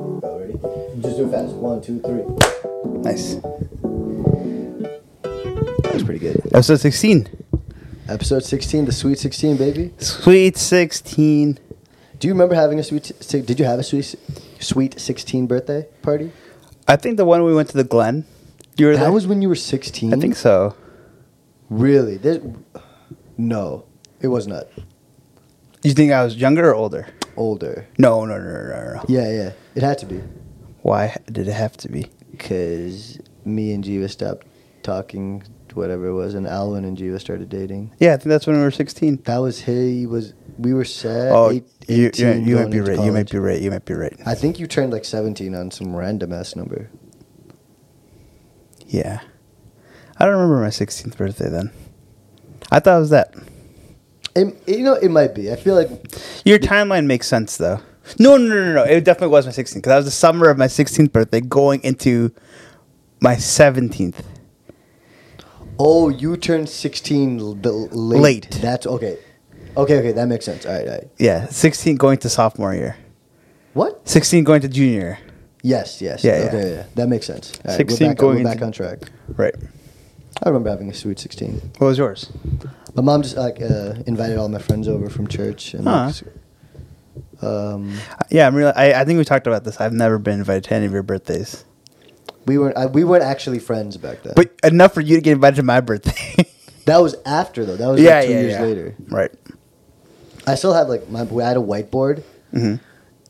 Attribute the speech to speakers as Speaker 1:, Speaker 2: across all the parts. Speaker 1: Ready? Just do it fast. One, two, three.
Speaker 2: Nice.
Speaker 1: That was pretty good.
Speaker 2: Episode 16.
Speaker 1: Episode 16, the Sweet 16, baby.
Speaker 2: Sweet 16.
Speaker 1: Do you remember having a sweet? si- Did you have a sweet, sweet 16 birthday party?
Speaker 2: I think the one we went to the Glen. You were
Speaker 1: That
Speaker 2: there?
Speaker 1: was when you were 16.
Speaker 2: I think so.
Speaker 1: Really? There, no, it was not.
Speaker 2: You think I was younger or older?
Speaker 1: Older.
Speaker 2: No, no, no, no, no, no.
Speaker 1: Yeah, yeah. It had to be.
Speaker 2: Why did it have to be?
Speaker 1: Because me and Jiva stopped talking, whatever it was, and Alwyn and Jiva started dating.
Speaker 2: Yeah, I think that's when we were 16.
Speaker 1: That was he was. We were sad.
Speaker 2: oh,
Speaker 1: eight-
Speaker 2: you, you,
Speaker 1: 18
Speaker 2: you might
Speaker 1: going
Speaker 2: be
Speaker 1: into
Speaker 2: right. You might
Speaker 1: college.
Speaker 2: be right. You might be right.
Speaker 1: I think you turned like 17 on some random ass number.
Speaker 2: Yeah. I don't remember my 16th birthday then. I thought it was that.
Speaker 1: It, you know, it might be. I feel like
Speaker 2: Your timeline makes sense though. No, no, no, no, no. It definitely was my 16th because that was the summer of my 16th birthday, going into my 17th.
Speaker 1: Oh, you turned 16 l- the, l- late.
Speaker 2: Late.
Speaker 1: That's okay. Okay, okay, that makes sense. All right, all right.
Speaker 2: Yeah, 16 going to sophomore year.
Speaker 1: What?
Speaker 2: 16 going to junior year.
Speaker 1: Yes, yes.
Speaker 2: Yeah, yeah.
Speaker 1: okay, yeah. That makes sense. All right,
Speaker 2: 16
Speaker 1: we're back,
Speaker 2: going
Speaker 1: we're back
Speaker 2: into-
Speaker 1: on track.
Speaker 2: Right.
Speaker 1: I remember having a sweet 16.
Speaker 2: What was yours?
Speaker 1: My mom just like uh, invited all my friends over from church and
Speaker 2: Huh.
Speaker 1: like, um
Speaker 2: Uh, Yeah, I'm real. I, I think we talked about this. I've never been invited to any of your birthdays.
Speaker 1: we weren't I, we weren't actually friends back then.
Speaker 2: But enough for you to get invited to my birthday.
Speaker 1: that was after though. That was
Speaker 2: yeah,
Speaker 1: like 2
Speaker 2: yeah,
Speaker 1: years
Speaker 2: yeah.
Speaker 1: later.
Speaker 2: Right.
Speaker 1: I still have like my I had a whiteboard
Speaker 2: Mhm.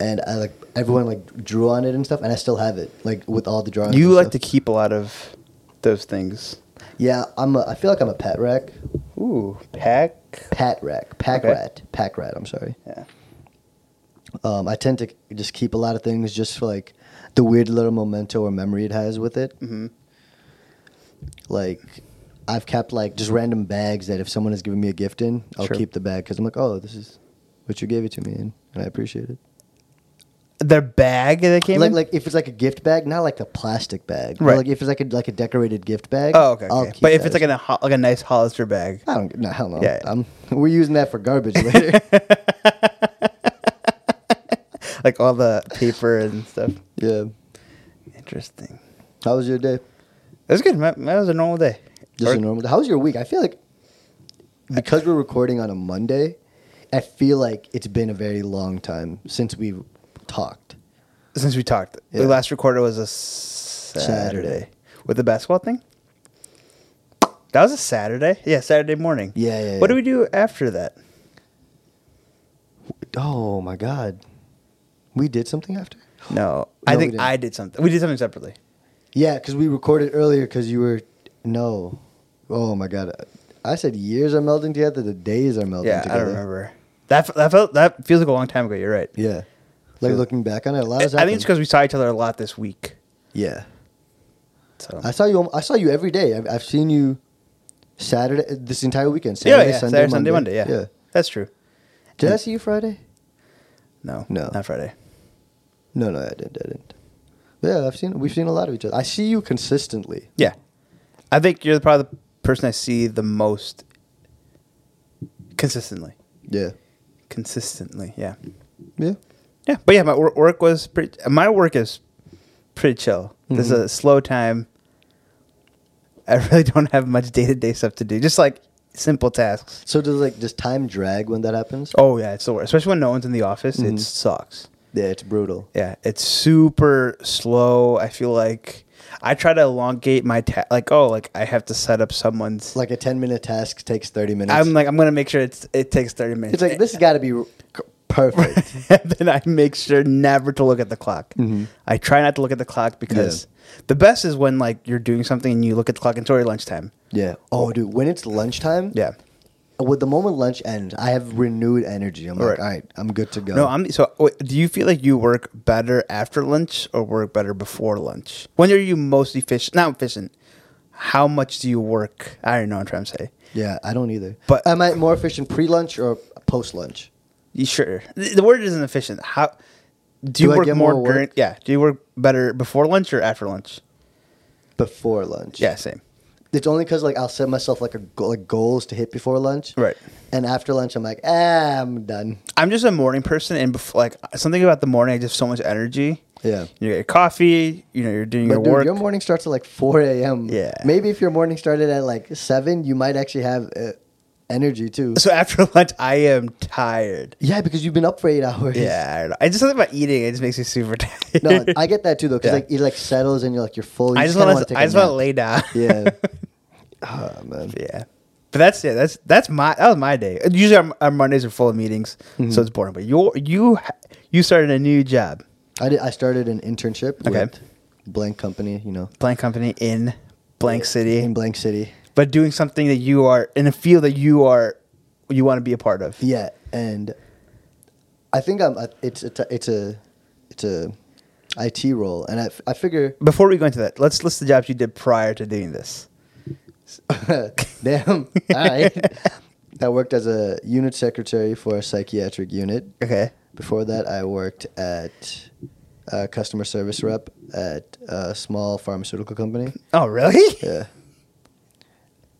Speaker 1: and I like everyone like drew on it and stuff and I still have it like with all the drawings.
Speaker 2: You
Speaker 1: and
Speaker 2: like
Speaker 1: stuff.
Speaker 2: to keep a lot of those things.
Speaker 1: Yeah, I'm a, I feel like I'm a pet rack.
Speaker 2: Ooh, pack.
Speaker 1: Pat rack. Pack
Speaker 2: Okay.
Speaker 1: rat. Pack rat, I'm sorry.
Speaker 2: Yeah.
Speaker 1: Um, I tend to just keep a lot of things just for like the weird little memento or memory it has with it.
Speaker 2: hmm
Speaker 1: Like I've kept like just random bags that if someone has given me a gift in, I'll
Speaker 2: Sure.
Speaker 1: keep the bag because I'm like, oh, this is what you gave it to me in, and I appreciate it.
Speaker 2: Their bag that came
Speaker 1: like
Speaker 2: in.
Speaker 1: like if it's like a gift bag, not like a plastic bag. but,
Speaker 2: Right.
Speaker 1: Like if it's like a like a decorated gift bag.
Speaker 2: Oh, okay.
Speaker 1: I'll
Speaker 2: okay.
Speaker 1: keep Ah.
Speaker 2: But if
Speaker 1: that
Speaker 2: it's like
Speaker 1: as-
Speaker 2: in a ho- like a nice Hollister bag,
Speaker 1: I don't no hell no.
Speaker 2: Yeah.
Speaker 1: I'm, we're using that for garbage later.
Speaker 2: like all the paper and stuff.
Speaker 1: yeah.
Speaker 2: Interesting.
Speaker 1: How was your day?
Speaker 2: It was good. My- That was a normal day.
Speaker 1: Just
Speaker 2: Or-
Speaker 1: a normal. How was your week? I feel like because we're recording on a Monday, I feel like it's been a very long time since we've talked.
Speaker 2: since we talked,
Speaker 1: Yeah.
Speaker 2: the last recorder was a Saturday.
Speaker 1: Saturday.
Speaker 2: with the basketball thing. That was a Saturday. Yeah, Saturday morning.
Speaker 1: Yeah, yeah.
Speaker 2: What do we do after that?
Speaker 1: we? Oh my God, we did something after.
Speaker 2: No, I
Speaker 1: No, we
Speaker 2: think
Speaker 1: didn't.
Speaker 2: I did something. We did something separately.
Speaker 1: Yeah, because we recorded earlier because you were no. Oh my God, I said years are melding together. The days are melding
Speaker 2: yeah,
Speaker 1: together.
Speaker 2: I don't remember. That f- that felt that feels like a long time ago. You're right.
Speaker 1: Yeah, like
Speaker 2: Feel-
Speaker 1: looking back on it, a lot
Speaker 2: I
Speaker 1: has
Speaker 2: think it's
Speaker 1: happened.
Speaker 2: because we saw each other a lot this week.
Speaker 1: yeah.
Speaker 2: So
Speaker 1: I saw you. al- I saw you every day. I've, I've seen you Saturday this entire weekend.
Speaker 2: yeah,
Speaker 1: Saturday,
Speaker 2: yeah,
Speaker 1: Sunday,
Speaker 2: Saturday, Sunday,
Speaker 1: Monday.
Speaker 2: Monday. Yeah. that's true.
Speaker 1: Did I see you Friday?
Speaker 2: No,
Speaker 1: No.
Speaker 2: not Friday.
Speaker 1: No, no, I didn't. I didn't. But yeah, I've seen. We've seen a lot of each other. I see you consistently.
Speaker 2: Yeah, I think you're probably the person I see the most consistently.
Speaker 1: Yeah.
Speaker 2: Consistently, yeah,
Speaker 1: Yeah.
Speaker 2: yeah. But yeah, my wor- work was pretty. My work is pretty chill. This is
Speaker 1: Mhm.
Speaker 2: a slow time. I really don't have much day to day stuff to do. Just like simple tasks.
Speaker 1: So does like does time drag when that happens?
Speaker 2: Oh yeah, it's the worst. Especially when no one's in the office,
Speaker 1: Mhm.
Speaker 2: it sucks.
Speaker 1: Yeah, it's brutal.
Speaker 2: Yeah, it's super slow. I feel like I try to elongate my ta- like oh like I have to set up someone's
Speaker 1: Like a ten minute task takes thirty minutes.
Speaker 2: I'm like I'm gonna make sure it's it takes thirty minutes.
Speaker 1: it's like this has got to be r- c- perfect.
Speaker 2: and then I make sure never to look at the clock.
Speaker 1: Mhm.
Speaker 2: I try not to look at the clock because the best is when like you're doing something and you look at the clock until already lunchtime.
Speaker 1: yeah. Oh, dude, when it's lunchtime.
Speaker 2: Yeah.
Speaker 1: With the moment lunch ends, I have renewed energy. I'm like,
Speaker 2: Right.
Speaker 1: all right, I'm good to go.
Speaker 2: No, I'm so. Wait, do you feel like you work better after lunch or work better before lunch? When are you most efficient? Not efficient. How much do you work? I don't know what I'm trying to say.
Speaker 1: Yeah, I don't either.
Speaker 2: But-
Speaker 1: am I more efficient pre-lunch or post-lunch?
Speaker 2: You sure? The the word isn't efficient. How do, you
Speaker 1: Do I
Speaker 2: work
Speaker 1: get
Speaker 2: more,
Speaker 1: more work?
Speaker 2: during? Yeah. Do you work better before lunch or after lunch?
Speaker 1: Before lunch.
Speaker 2: Yeah, same.
Speaker 1: It's only because like I'll set myself like a go- like goals to hit before lunch,
Speaker 2: Right.
Speaker 1: And after lunch, I'm like, ah, I'm done.
Speaker 2: I'm just a morning person, and bef- like something about the morning, I just have so much energy.
Speaker 1: Yeah.
Speaker 2: You get your coffee. You know, you're doing your
Speaker 1: But dude,
Speaker 2: work.
Speaker 1: your morning starts at like 4 a.m.
Speaker 2: Yeah.
Speaker 1: Maybe if your morning started at like 7, you might actually have uh, energy too.
Speaker 2: so after lunch, I am tired.
Speaker 1: Yeah, because you've been up for eight hours.
Speaker 2: Yeah, I, don't know. I just something about eating. It just makes me super tired.
Speaker 1: No, I get that too though, because
Speaker 2: Yeah.
Speaker 1: like it like settles and you're like you're full. You
Speaker 2: I just
Speaker 1: kinda
Speaker 2: want to.
Speaker 1: take
Speaker 2: I
Speaker 1: a
Speaker 2: just want to
Speaker 1: nap.
Speaker 2: lay down.
Speaker 1: Yeah. oh man.
Speaker 2: yeah. But that's it. That's that's my that was my day. Usually our, our Mondays are full of meetings,
Speaker 1: Mm-hmm.
Speaker 2: so it's boring. But you you ha- you started a new job,
Speaker 1: I did, I started an internship
Speaker 2: Okay.
Speaker 1: with Blank Company, you know,
Speaker 2: blank company in blank
Speaker 1: in
Speaker 2: city,
Speaker 1: Blank City.
Speaker 2: but doing something that you are in a field that you are you want to be a part of.
Speaker 1: Yeah, and I think I'm. I- It's a. t- It's a. It's a. IT role, and I, f- I figure,
Speaker 2: Before we go into that, let's list the jobs you did prior to doing this.
Speaker 1: damn, all right. I worked as a unit secretary for a psychiatric unit.
Speaker 2: Okay.
Speaker 1: Before that, I worked at a customer service rep at a small pharmaceutical company.
Speaker 2: Oh really?
Speaker 1: Yeah.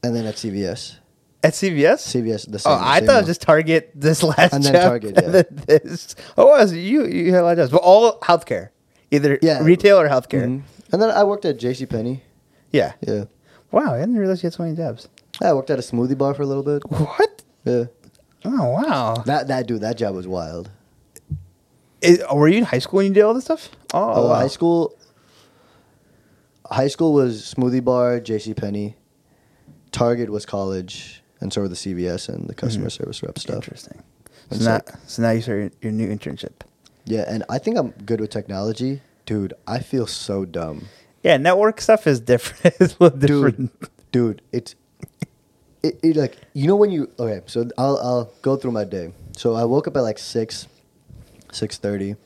Speaker 1: And then at CVS.
Speaker 2: At CVS.
Speaker 1: CVS, the same.
Speaker 2: Oh, I
Speaker 1: same
Speaker 2: thought it was
Speaker 1: role.
Speaker 2: just Target this last
Speaker 1: And then
Speaker 2: job,
Speaker 1: Target,
Speaker 2: and
Speaker 1: yeah.
Speaker 2: then this. Oh, I was, you you had a lot of jobs, but all healthcare, either
Speaker 1: Yeah.
Speaker 2: retail or healthcare.
Speaker 1: Mhm. And then I worked at JCPenney.
Speaker 2: Yeah.
Speaker 1: Yeah.
Speaker 2: Wow, I didn't realize you had so many jobs.
Speaker 1: I worked at a smoothie bar for a little bit.
Speaker 2: What?
Speaker 1: Yeah.
Speaker 2: Oh wow.
Speaker 1: That, that dude, that job was wild.
Speaker 2: Is, oh, were you in high school when you did all this stuff? Oh,
Speaker 1: Oh,
Speaker 2: wow.
Speaker 1: high school. High school was smoothie bar, J.C. Penney, Target was college, and so were the CVS and the customer service rep stuff.
Speaker 2: Hmm. Interesting. So
Speaker 1: That's
Speaker 2: now,
Speaker 1: it.
Speaker 2: so now you start your, your new internship.
Speaker 1: Yeah, and I think I'm good with technology, dude. I feel so dumb,
Speaker 2: Yeah, network stuff is different. it's a little different.
Speaker 1: dude. Dude, it's it, it like you know when you okay. So I'll I'll go through my day. So I woke up at like six, six thirty,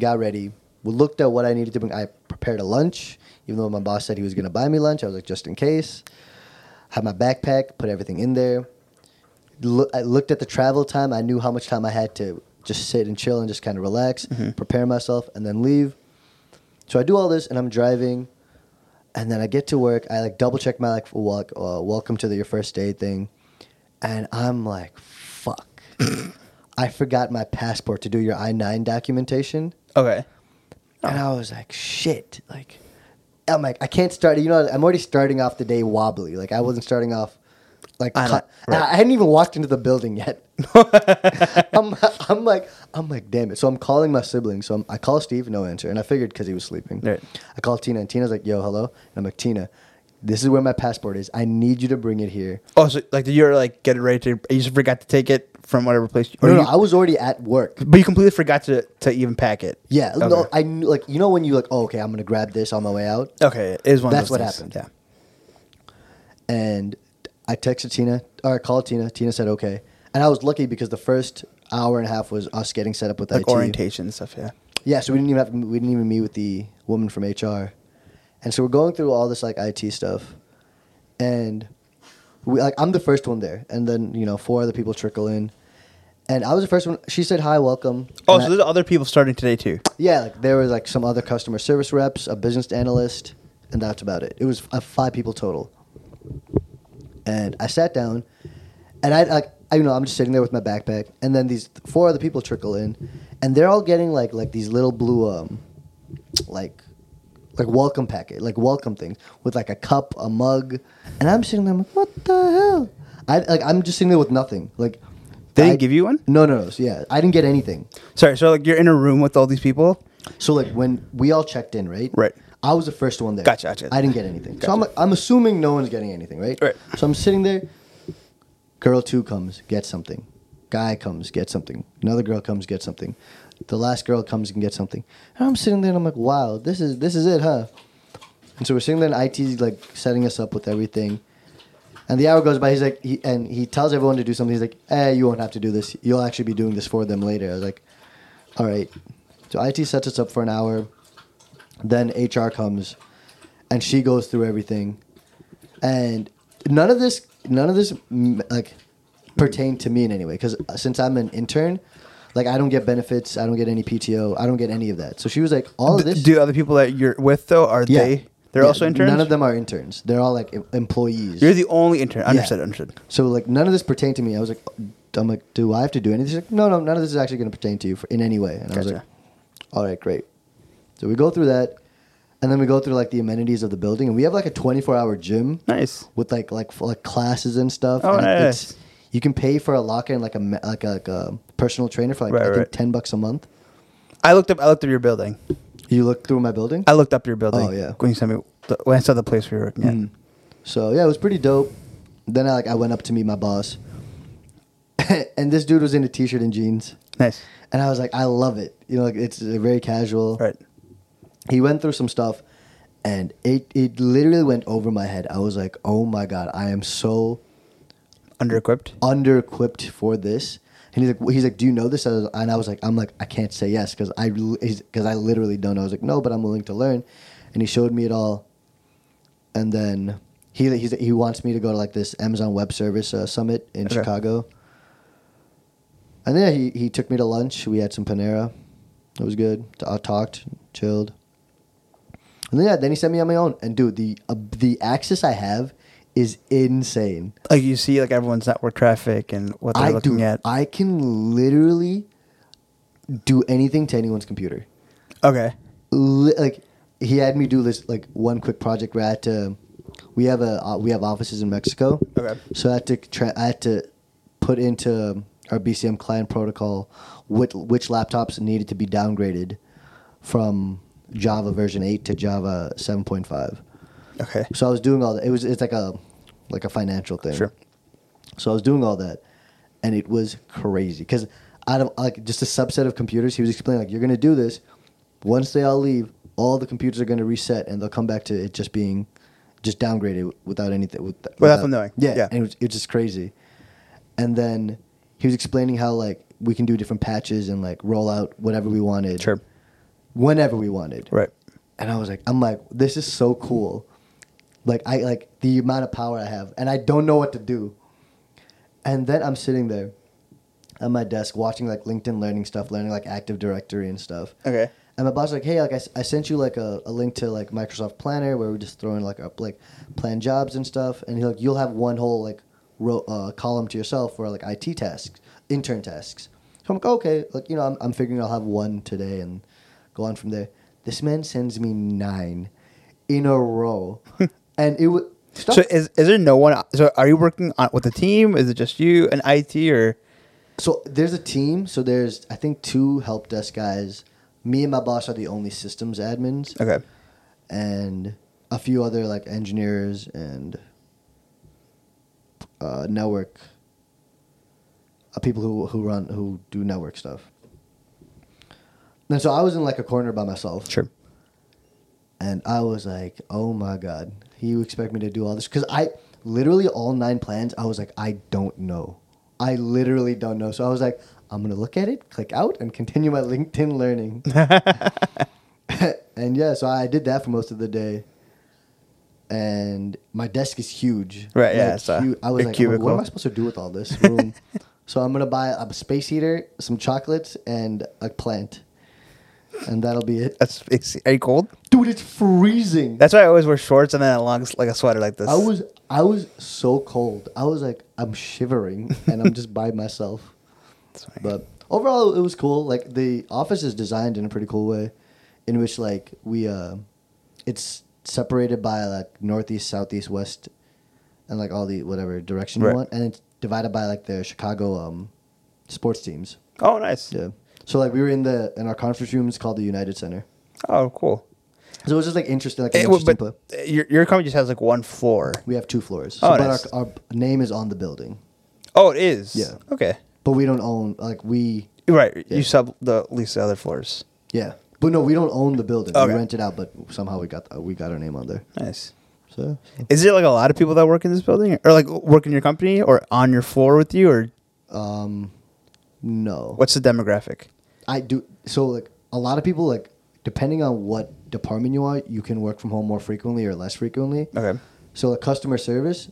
Speaker 1: got ready, looked at what I needed to bring. I prepared a lunch, even though my boss said he was gonna buy me lunch. I was like, just in case. Had my backpack, put everything in there. Look, I looked at the travel time. I knew how much time I had to just sit and chill and just kind of relax, prepare myself, and then leave. So I do all this, and I'm driving, and then I get to work. I like double check my like walk, uh, welcome to the, your first day thing, and I'm like, fuck, I forgot my passport to do your I nine documentation.
Speaker 2: Okay.
Speaker 1: And
Speaker 2: Oh.
Speaker 1: I was like, shit. Like, I'm like, I can't start. You know, I'm already starting off the day wobbly. Like, I wasn't starting off. Like,
Speaker 2: I
Speaker 1: I,
Speaker 2: know, right.
Speaker 1: I hadn't even walked into the building yet. I'm, I'm like, I'm like, damn it. So I'm calling my siblings. So I'm, I call Steve, no answer. And I figured because he was sleeping.
Speaker 2: Right.
Speaker 1: I call Tina, and Tina's like, yo, hello. And I'm like, Tina, this is where my passport is. I need you to bring it here.
Speaker 2: Oh, so like you're like getting ready to. You just forgot to take it from whatever place. You, or
Speaker 1: No, no,
Speaker 2: you-
Speaker 1: I was already at work.
Speaker 2: but you completely forgot to to even pack it.
Speaker 1: Yeah,
Speaker 2: Okay.
Speaker 1: no, I knew, like you know when you like, oh, okay, I'm gonna grab this on my way out.
Speaker 2: Okay, it is one.
Speaker 1: That's
Speaker 2: of those
Speaker 1: what
Speaker 2: things.
Speaker 1: happened. and I texted Tina or I called Tina. Tina said okay, and I was lucky because the first hour and a half was us getting set up with
Speaker 2: Yeah, like
Speaker 1: IT.
Speaker 2: orientation and stuff. Yeah.
Speaker 1: Yeah, so we didn't even have we didn't even meet with the woman from HR, and so we're going through all this like IT stuff, and we like I'm the first one there, and then you know four other people trickle in, and I was the first one. She said hi, welcome.
Speaker 2: Oh,
Speaker 1: And I-
Speaker 2: so there's other people starting today too.
Speaker 1: yeah, like there was like some other customer service reps, a business analyst, and that's about it. It was uh, five people total. And I sat down, and I, I, I, you know, I'm just sitting there with my backpack, and then these four other people trickle in, and they're all getting like like these little blue um, like, like welcome packet, like welcome things with like a cup, a mug, and I'm sitting there, I'm like, what the hell? I like I'm just sitting there with nothing. Like,
Speaker 2: They
Speaker 1: I-
Speaker 2: didn't give you one.
Speaker 1: No, no, no. So, yeah, I didn't get anything.
Speaker 2: Sorry. So like you're in a room with all these people.
Speaker 1: So like when we all checked in, right?
Speaker 2: Right.
Speaker 1: I was the first one there.
Speaker 2: Gotcha, gotcha.
Speaker 1: I didn't get anything. So I'm I'm assuming no one's getting anything, right?
Speaker 2: Right.
Speaker 1: So I'm sitting there. Girl two comes, gets something. Guy comes, gets something. Another girl comes, gets something. The last girl comes and gets something. And I'm sitting there and I'm like, wow, this is this is it, huh? And so we're sitting there and IT's like setting us up with everything. And the hour goes by. He's like, he, and he tells everyone to do something. He's like, eh, you won't have to do this. You'll actually be doing this for them later. I was like, all right. So IT sets us up for an hour. Then HR comes, and she goes through everything, and none of this, none of this, mm, like, pertained to me in any way. Because since I'm an intern, like, I don't get benefits. I don't get any PTO. I don't get any of that. So she was like, all of this.
Speaker 2: Do other people that you're with though are
Speaker 1: Yeah.
Speaker 2: they? They're
Speaker 1: Yeah,
Speaker 2: also interns.
Speaker 1: None of them are interns. They're all like em- employees.
Speaker 2: You're the only intern. Understood. Understood.
Speaker 1: So like none of this pertained to me. I was like, I'm like, do I have to do anything? She's like, no, no, none of this is actually going to pertain to you for, in any way. And I was
Speaker 2: Gotcha.
Speaker 1: like, all right, great. So we go through that, and then we go through like the amenities of the building, and we have like a 24 hour gym
Speaker 2: Nice.
Speaker 1: with like like f- like classes and stuff.
Speaker 2: Oh,
Speaker 1: and
Speaker 2: nice.
Speaker 1: you can pay for a locker and like a me- like a, like a personal trainer for like
Speaker 2: Right,
Speaker 1: I think
Speaker 2: right.
Speaker 1: 10 bucks a month.
Speaker 2: I looked up. I looked up your building.
Speaker 1: You look through my building.
Speaker 2: I looked up your building.
Speaker 1: Oh, yeah.
Speaker 2: When you sent me the, when I saw the place we were working at.
Speaker 1: Mm. So yeah, it was pretty dope. Then I like I went up to meet my boss, and this dude was in a t-shirt and jeans,
Speaker 2: Nice.
Speaker 1: and I was like, I love it. You know, like it's uh, very casual.
Speaker 2: All right.
Speaker 1: He went through some stuff, and it it literally went over my head. I was like, oh my god, I am so
Speaker 2: Under equipped.
Speaker 1: under equipped for this. And he's like, he's like, do you know this? I was- And I was like, I'm like, I can't say yes because I because I literally don't. know. I was like, no, but I'm willing to learn. And he showed me it all. And then he he's, he wants me to go to like this Amazon Web Service uh, summit in
Speaker 2: Okay.
Speaker 1: Chicago. And then he he took me to lunch. We had some Panera. It was good. I talked, chilled. And then yeah, then he sent me on my own. And dude, the uh, the access I have is insane.
Speaker 2: Like you see, like everyone's network traffic and what they're
Speaker 1: I
Speaker 2: looking
Speaker 1: do.
Speaker 2: at.
Speaker 1: I can literally do anything to anyone's computer.
Speaker 2: okay.
Speaker 1: Li- like he had me do this like one quick project where I had to. We have a uh, we have offices in Mexico.
Speaker 2: Okay.
Speaker 1: So I had to tra- I had to put into our BCM client protocol which, which laptops needed to be downgraded from Java version eight to Java seven point five.
Speaker 2: Okay.
Speaker 1: So I was doing all that. It was it's like a like a financial thing.
Speaker 2: Sure.
Speaker 1: So I was doing all that, and it was crazy because out of like just a subset of computers, he was explaining like you're gonna do this. Once they all leave, all the computers are gonna reset, and they'll come back to it just being just downgraded without anything. With, without,
Speaker 2: them knowing.
Speaker 1: Yeah,
Speaker 2: Yeah.
Speaker 1: And it was, it was just crazy. And then he was explaining how like we can do different patches and like roll out whatever we wanted,
Speaker 2: Sure.
Speaker 1: whenever we wanted,
Speaker 2: Right.
Speaker 1: and I was like, I'm like, this is so cool. Like I like the amount of power I have, and I don't know what to do. And then I'm sitting there at my desk watching like LinkedIn learning stuff, learning like Active Directory and stuff.
Speaker 2: Okay.
Speaker 1: And my boss was like, hey, like I, s- I sent you like a, a link to like Microsoft Planner where we're just throwing like up like plan jobs and stuff. And he like you'll have one whole like row, uh, column to yourself for like IT tasks, intern tasks. So I'm like, okay, like you know, I'm I'm figuring I'll have one today and go on from there. This man sends me nine in a row, and it would.
Speaker 2: So is is there no one? So are you working on, with a team? Is it just you and IT or?
Speaker 1: So there's a team. So there's I think two help desk guys. Me and my boss are the only systems admins,
Speaker 2: Okay.
Speaker 1: and a few other like engineers and uh, network uh, people who who run who do network stuff. And so I was in like a corner by myself,
Speaker 2: Sure.
Speaker 1: and I was like, "Oh my god, you expect me to do all this?" Because I literally all nine plans, I was like, "I don't know, I literally don't know." So I was like, "I'm gonna look at it, click out, and continue my LinkedIn learning." and yeah, so I did that for most of the day. And my desk is huge.
Speaker 2: Right, yeah,
Speaker 1: Like,
Speaker 2: it's a
Speaker 1: hu- I was
Speaker 2: big
Speaker 1: like, I'm like, what am
Speaker 2: cubicle.
Speaker 1: I supposed to do with all this room? so I'm gonna buy a space heater, some chocolates, and a plant, and that'll be it.
Speaker 2: That's it's, are you cold?
Speaker 1: Dude, it's freezing.
Speaker 2: That's why I always wear shorts and then a long s- like a sweater like this.
Speaker 1: I was I was so cold. I was like I'm shivering and I'm just by myself.
Speaker 2: That's fine.
Speaker 1: But overall it was cool. Like the office is designed in a pretty cool way in which like we uh it's separated by like northeast, southeast, west and like all the whatever direction
Speaker 2: Right.
Speaker 1: you want and it's divided by like the Chicago um sports teams.
Speaker 2: oh, nice.
Speaker 1: Yeah. So like we were in the in our conference room it's called the United Center.
Speaker 2: Oh, cool.
Speaker 1: So it was just like interesting like an
Speaker 2: Eh, well,
Speaker 1: interesting
Speaker 2: but
Speaker 1: pla-
Speaker 2: uh, your your company just has like one floor.
Speaker 1: We have two floors. So,
Speaker 2: Oh,
Speaker 1: but
Speaker 2: nice.
Speaker 1: our, our name is on the building.
Speaker 2: Oh, it is.
Speaker 1: Yeah.
Speaker 2: Okay.
Speaker 1: But we don't own like we
Speaker 2: Right.
Speaker 1: Yeah.
Speaker 2: You sub the lease the other floors.
Speaker 1: yeah. But no, we don't own the building.
Speaker 2: Okay.
Speaker 1: We rent it out, but somehow we got we got our name on there.
Speaker 2: Nice.
Speaker 1: So
Speaker 2: Is there like a lot of people that work in this building, or like work in your company, or on your floor with you, or
Speaker 1: um no.
Speaker 2: what's the demographic?
Speaker 1: I do so like a lot of people like depending on what department you are, you can work from home more frequently or less frequently.
Speaker 2: Okay.
Speaker 1: So like customer service,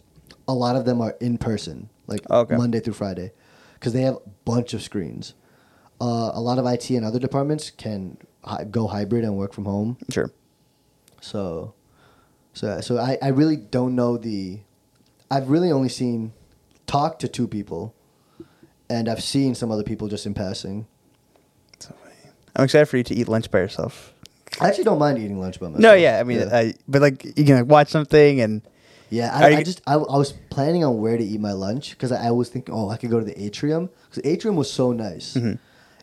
Speaker 1: a lot of them are in person, like
Speaker 2: Okay.
Speaker 1: Monday through Friday, because they have a bunch of screens. Uh, a lot of IT and other departments can hi- go hybrid and work from home.
Speaker 2: Sure.
Speaker 1: So So so I, I really don't know the I've really only seen talk to two people and I've seen some other people just in passing.
Speaker 2: So, I'm excited for you to eat lunch by yourself.
Speaker 1: I actually don't mind eating lunch by myself.
Speaker 2: No, yeah, I mean,
Speaker 1: yeah,
Speaker 2: I, but like you can like watch something and
Speaker 1: Yeah,
Speaker 2: are
Speaker 1: I,
Speaker 2: you-
Speaker 1: I just I, I was planning on where to eat my lunch because I, I was thinking, oh, I could go to the atrium because the atrium was so nice.
Speaker 2: Mm-hmm.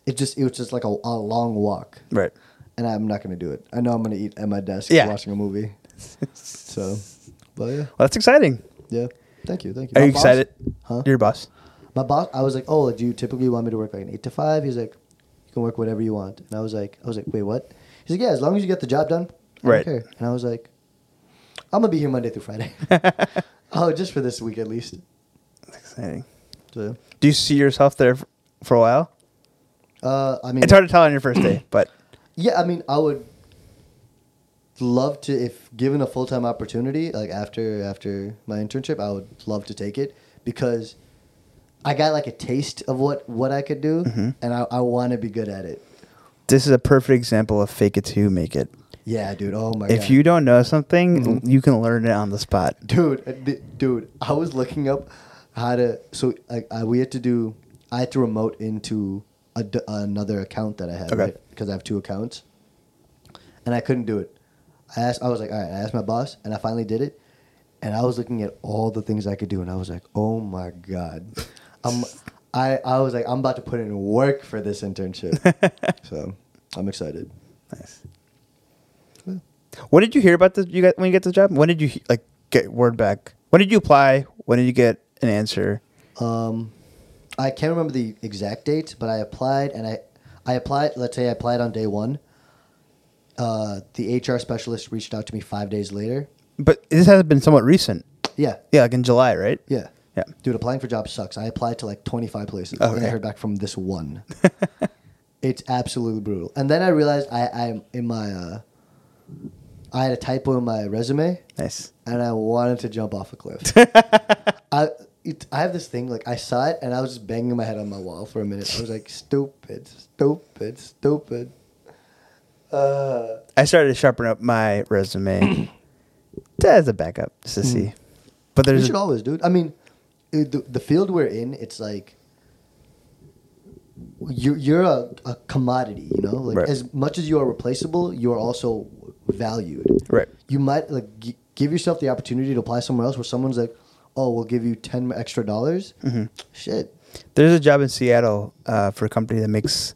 Speaker 1: It just it was just like a, a long walk,
Speaker 2: right.
Speaker 1: and I'm not gonna do it. I know I'm gonna eat at my desk
Speaker 2: Yeah.
Speaker 1: watching a movie. so, but yeah,
Speaker 2: Well, that's exciting.
Speaker 1: yeah. Thank you, thank you.
Speaker 2: Are
Speaker 1: My
Speaker 2: you
Speaker 1: boss-
Speaker 2: excited?
Speaker 1: Huh?
Speaker 2: Your boss.
Speaker 1: My boss, I was like, oh, do you typically want me to work like an eight to five? He's like, you can work whatever you want. And I was like, I was like, wait, what? He's like, yeah, as long as you get the job done. I
Speaker 2: Right.
Speaker 1: Don't care. And I was like, I'm gonna be here Monday through Friday. oh, just for this week at least.
Speaker 2: That's exciting.
Speaker 1: So,
Speaker 2: Do you see yourself there f- for a while?
Speaker 1: uh, I mean,
Speaker 2: It's hard to tell on your first day, but
Speaker 1: yeah, I mean, I would love to if given a full time opportunity, like after after my internship, I would love to take it because I got like a taste of what what I could do,
Speaker 2: Mhm.
Speaker 1: and I, I want to be good at it.
Speaker 2: this is a perfect example of fake it to you make it.
Speaker 1: Yeah, dude. Oh my god.
Speaker 2: If you don't know something, you can learn it on the spot.
Speaker 1: dude, uh, d- dude, I was looking up how to. So like, I, we had to do. I had to remote into a d another account that I had,
Speaker 2: Okay.
Speaker 1: Because I have two accounts, and I couldn't do it. I asked. I was like, all right. I asked my boss, and I finally did it. And I was looking at all the things I could do, and I was like, oh my god, I'm. I, I was like, I'm about to put in work for this internship. so I'm excited.
Speaker 2: Nice. When did you hear about this? You got when you get the job? When did you he- like get word back? When did you apply? When did you get an answer?
Speaker 1: Um, I can't remember the exact date, but I applied and I, I applied. Let's say I applied on day one. Uh, the HR specialist reached out to me five days later.
Speaker 2: But this has been somewhat recent.
Speaker 1: Yeah,
Speaker 2: Yeah, like in July, right?
Speaker 1: yeah,
Speaker 2: Yeah.
Speaker 1: Dude, applying for jobs sucks. I applied to like twenty five places. And
Speaker 2: Okay.
Speaker 1: I heard back from this one. it's absolutely brutal. And then I realized I, I'm in my. Uh, I had a typo in my resume.
Speaker 2: Nice.
Speaker 1: and I wanted to jump off a cliff. I it, I have this thing like I saw it and I was just banging my head on my wall for a minute. I was like, stupid, stupid, stupid. Uh,
Speaker 2: I started to sharpen up my resume as a backup just to see. But
Speaker 1: we
Speaker 2: there's
Speaker 1: should always, dude. I mean, it, the, the field we're in, it's like you you're a, a commodity. You know, like
Speaker 2: Right.
Speaker 1: as much as you are replaceable, you are also valued.
Speaker 2: right.
Speaker 1: you might like g- give yourself the opportunity to apply somewhere else where someone's like, "Oh, we'll give you ten extra dollars."
Speaker 2: Mm-hmm.
Speaker 1: Shit,
Speaker 2: There's a job in Seattle uh, for a company that makes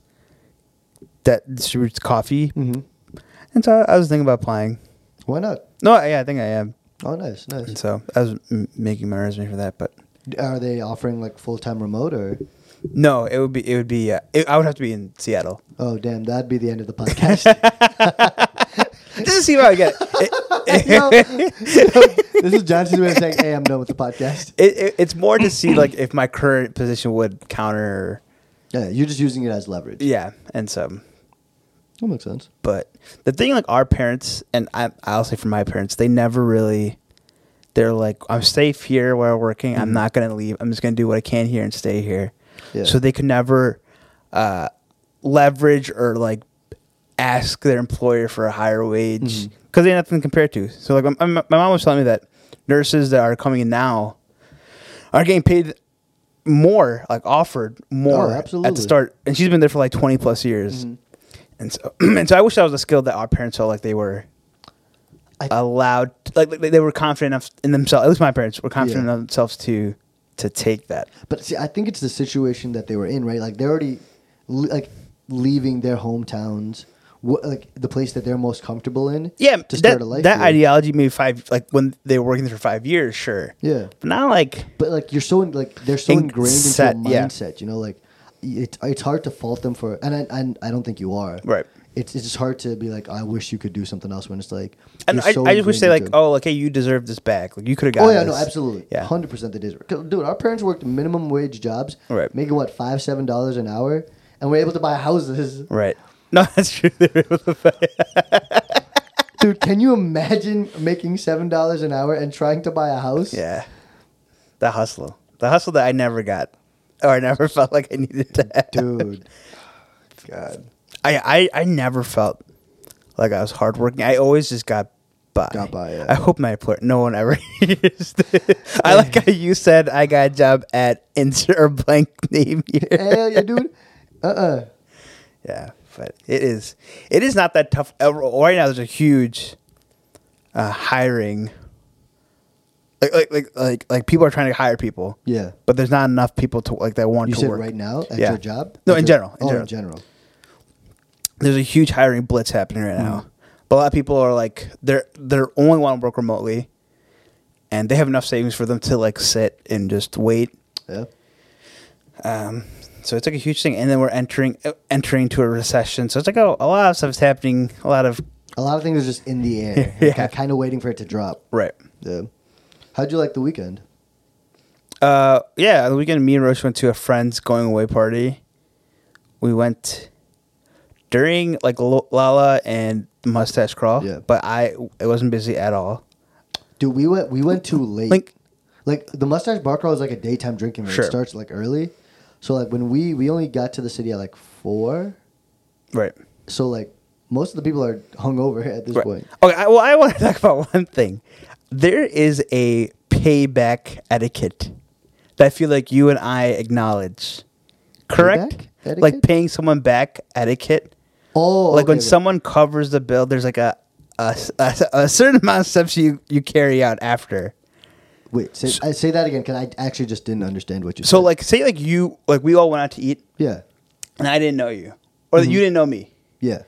Speaker 2: that distributes coffee,
Speaker 1: Mhm.
Speaker 2: and so I, I was thinking about applying.
Speaker 1: why not?
Speaker 2: No, I- yeah, I think I am.
Speaker 1: Oh, nice,
Speaker 2: And
Speaker 1: nice.
Speaker 2: so I was m- making my resume for that, but
Speaker 1: Are they offering like full time remote or?
Speaker 2: no, it would be it would be uh, it, I would have to be in Seattle
Speaker 1: Oh, damn, that'd be the end of the podcast.
Speaker 2: just to see what I get. It,
Speaker 1: No. this is Johnson's way of saying, "Hey, I'm done with the podcast."
Speaker 2: it, it, it's more to see like if my current position would counter.
Speaker 1: Yeah, you're just using it as leverage.
Speaker 2: Yeah, and so
Speaker 1: That makes sense.
Speaker 2: but the thing like our parents and I, i'll say for my parents they never really they're like i'm safe here where i'm working i'm not going to leave i'm just going to do what i can here and stay here
Speaker 1: Yeah.
Speaker 2: so they could never uh, leverage or like ask their employer for a higher wage because they have nothing to compare it to so like my, my my mom was telling me that nurses that are coming in now are getting paid more like offered more at the
Speaker 1: Oh, absolutely. Mm-hmm.
Speaker 2: start and she's been there for like 20 plus years and so and so i wish that was a skill that our parents felt like they were
Speaker 1: I-
Speaker 2: allowed like, like they were confident enough in themselves at least my parents were confident
Speaker 1: Yeah.
Speaker 2: in themselves to to take that
Speaker 1: But see, I think it's the situation that they were in, right? Like they're already le- like leaving their hometowns, wh- like the place that they're most comfortable in.
Speaker 2: yeah
Speaker 1: to
Speaker 2: that,
Speaker 1: start a life.
Speaker 2: that
Speaker 1: here.
Speaker 2: ideology maybe five like when they were working there for five years sure
Speaker 1: Yeah,
Speaker 2: but not like
Speaker 1: but like you're so in, like they're so
Speaker 2: In-
Speaker 1: ingrained
Speaker 2: set,
Speaker 1: into a
Speaker 2: yeah.
Speaker 1: mindset, you know, like it, it's hard to fault them for, and I, and I don't think you are.
Speaker 2: Right.
Speaker 1: It's it's just hard to be like, I wish you could do something else when it's like.
Speaker 2: and
Speaker 1: you're
Speaker 2: I,
Speaker 1: so
Speaker 2: I just wish they
Speaker 1: ingrained
Speaker 2: like
Speaker 1: into-
Speaker 2: oh like hey you deserve this back like you could have
Speaker 1: Oh
Speaker 2: gotten
Speaker 1: yeah, no,
Speaker 2: this.
Speaker 1: absolutely,
Speaker 2: yeah
Speaker 1: hundred percent. That is, 'Cause, dude. Our parents worked minimum wage jobs,
Speaker 2: Right.
Speaker 1: Making what five, seven dollars an hour, and we're able to buy houses.
Speaker 2: right no that's true They were able to find-
Speaker 1: Dude, can you imagine making seven dollars an hour and trying to buy a house?
Speaker 2: yeah the hustle the hustle that i never got or i never felt like i needed to have.
Speaker 1: dude. God,
Speaker 2: I, I I never felt like I was hardworking. I always just got by.
Speaker 1: Got by, yeah.
Speaker 2: I hope my employer, no one ever used it. I like how you said I got a job at insert or blank name here.
Speaker 1: Hell yeah, dude. Uh uh
Speaker 2: Yeah, but it is it is not that tough. Uh, Right now, there's a huge uh, hiring. Like like like like like people are trying to hire people.
Speaker 1: Yeah.
Speaker 2: but there's not enough people to like that want
Speaker 1: You
Speaker 2: to
Speaker 1: said
Speaker 2: work
Speaker 1: right now at
Speaker 2: Yeah.
Speaker 1: your job?
Speaker 2: No,
Speaker 1: At
Speaker 2: in
Speaker 1: your-
Speaker 2: general,
Speaker 1: oh,
Speaker 2: in general.
Speaker 1: in general.
Speaker 2: There's a huge hiring blitz happening right now,
Speaker 1: Mm.
Speaker 2: but a lot of people are like they're they're only want to work remotely, and they have enough savings for them to like sit and just wait.
Speaker 1: Yeah.
Speaker 2: Um, so it's like a huge thing, and then we're entering uh, entering into a recession. So it's like a, a lot of stuff is happening. A lot of
Speaker 1: A lot of things are just in the air.
Speaker 2: Yeah.
Speaker 1: kind of waiting for it to drop.
Speaker 2: right.
Speaker 1: Yeah. How'd you like the weekend?
Speaker 2: Uh, yeah, the weekend me and Roche went to a friend's going away party. We went during like L- Lala and Mustache Crawl.
Speaker 1: Yeah.
Speaker 2: but I it wasn't busy at all.
Speaker 1: Dude, we went we went too late.
Speaker 2: Like-
Speaker 1: Like, the mustache bar crawl is like a daytime drinking. Sure.
Speaker 2: Sure.
Speaker 1: It starts like early. So like when we we only got to the city at like four.
Speaker 2: Right.
Speaker 1: So like most of the people are hungover at this
Speaker 2: Right.
Speaker 1: point.
Speaker 2: Okay. I, well, I want to talk about one thing. There is a payback etiquette that I feel like you and I acknowledge. Correct.
Speaker 1: Payback
Speaker 2: Like
Speaker 1: etiquette?
Speaker 2: paying someone back etiquette.
Speaker 1: Oh,
Speaker 2: like when
Speaker 1: okay, okay.
Speaker 2: someone covers the bill, there's like a a, a, a certain amount of steps you, you carry out after.
Speaker 1: Wait, say, I say that again because I actually just didn't understand what you said.
Speaker 2: So like say like you like we all went out to eat
Speaker 1: yeah,
Speaker 2: and I didn't know you or
Speaker 1: Mm-hmm.
Speaker 2: that you didn't know me.
Speaker 1: yeah,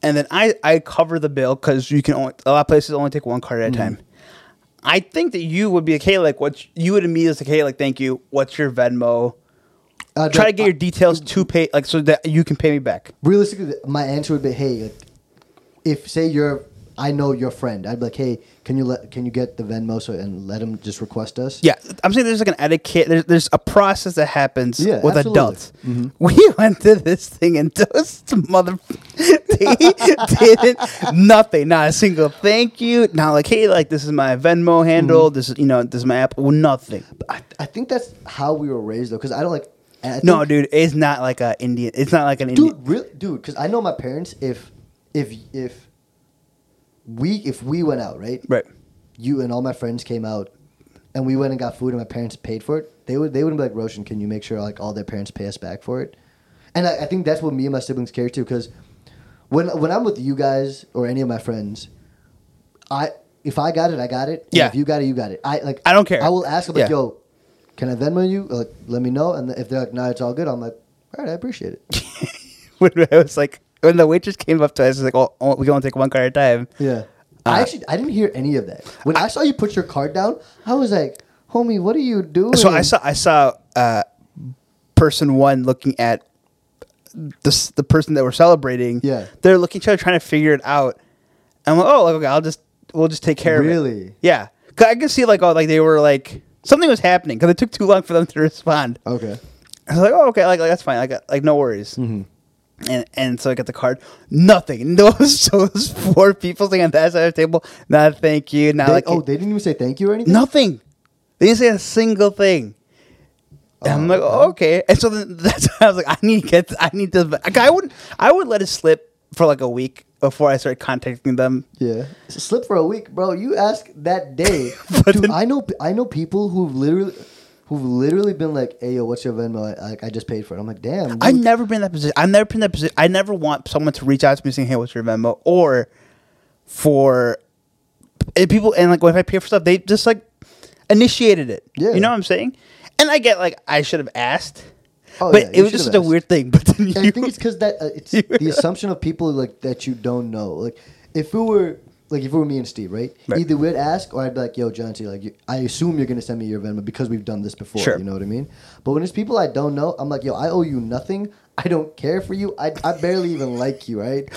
Speaker 2: And then I I cover the bill cuz you can only a lot of places only take one card at a
Speaker 1: Mm.
Speaker 2: time. I think that you would be okay like what you would immediately say okay like thank you what's your Venmo
Speaker 1: I'd
Speaker 2: try to
Speaker 1: like-
Speaker 2: get your details to pay like so that you can pay me back.
Speaker 1: realistically, th- my answer would be, hey, like, if say you're, I know your friend, I'd be like, hey, can you let, can you get the Venmo so and let him just request us?
Speaker 2: Yeah, I'm saying there's like an etiquette. There's, there's a process that happens
Speaker 1: Yeah,
Speaker 2: with
Speaker 1: absolutely. Mm-hmm.
Speaker 2: adults. We went to this thing and those mother they didn't nothing, not a single thank you, not like hey, like this is my Venmo
Speaker 1: Mm-hmm.
Speaker 2: handle. This is you know this is my app. Well, nothing.
Speaker 1: But I, I think that's how we were raised though, because I don't like. and I
Speaker 2: No,
Speaker 1: think-
Speaker 2: dude, it's not like a Indian. It's not like an Indian.
Speaker 1: dude, really, dude, because I know my parents. If, if, if we if we went out, right,
Speaker 2: Right.
Speaker 1: you and all my friends came out, and we went and got food, and my parents paid for it. They would they wouldn't be like, Roshan, can you make sure like all their parents pay us back for it? And I, I think that's what me and my siblings care too, because when when I'm with you guys or any of my friends, I if I got it, I got it. and
Speaker 2: Yeah.
Speaker 1: If you got it, you got it. I like.
Speaker 2: I don't care.
Speaker 1: I will ask them like,
Speaker 2: Yeah.
Speaker 1: yo, can I Venmo you? Or, like, let me know. And if they're like, nah, it's all good. I'm like, all right, I appreciate it.
Speaker 2: when I was like, when the waitress came up to us, was like, oh, oh, we can only take one card at a time.
Speaker 1: Yeah.
Speaker 2: Uh,
Speaker 1: I actually I didn't hear any of that. When I, saw you put your card down, I was like, "Homie, what are you doing?"
Speaker 2: So I saw I saw uh, person one looking at this the person that we're celebrating.
Speaker 1: Yeah.
Speaker 2: they're looking at each other trying to figure it out. I'm like, oh, like, okay, I'll just we'll just take care of it.
Speaker 1: Really?
Speaker 2: Yeah, 'Cause I could see like oh, like they were like something was happening because it took too long for them to respond.
Speaker 1: Okay.
Speaker 2: I was like, oh, okay, like, like that's fine. I got like no worries. And and so I got the card. Nothing. Those those four people sitting on that side of the table. Not thank you. Not
Speaker 1: They-
Speaker 2: like
Speaker 1: oh, they didn't even say thank you or anything.
Speaker 2: Nothing. They didn't say a single thing. And I'm
Speaker 1: Oh,
Speaker 2: like, oh, okay. And so then that's why I was like, I need to get, I need to. Like, I would, I would let it slip for like a week before I started contacting them.
Speaker 1: Yeah. S- Slip for a week, bro. You ask that day.
Speaker 2: But
Speaker 1: Dude,
Speaker 2: then-
Speaker 1: I know I know people who've literally who've literally been like, "Hey, yo, what's your Venmo?" I, like, I just paid for it. I'm like, "Damn."
Speaker 2: I've
Speaker 1: dude.
Speaker 2: never been in that position. I've never been in that position. I never want someone to reach out to me saying, "Hey, what's your Venmo?" Or for and people and like when I pay for stuff, they just like initiated it.
Speaker 1: Yeah.
Speaker 2: you know what I'm saying? And I get like I should have asked,
Speaker 1: Oh,
Speaker 2: but
Speaker 1: yeah,
Speaker 2: it
Speaker 1: you
Speaker 2: was just
Speaker 1: should
Speaker 2: such
Speaker 1: have
Speaker 2: a
Speaker 1: asked.
Speaker 2: weird thing. But then
Speaker 1: I
Speaker 2: you-
Speaker 1: think it's because that uh, it's
Speaker 2: You-
Speaker 1: the assumption of people like that you don't know. Like if it were like if it were me and Steve, right?
Speaker 2: Right.
Speaker 1: Either we'd ask or I'd be like, "Yo, John, T, like you, I assume you're gonna send me your Venmo because we've done this before."
Speaker 2: Sure.
Speaker 1: You know what I mean? But when it's people I don't know, I'm like, "Yo, I owe you nothing. I don't care for you. I, I barely even like you, right?"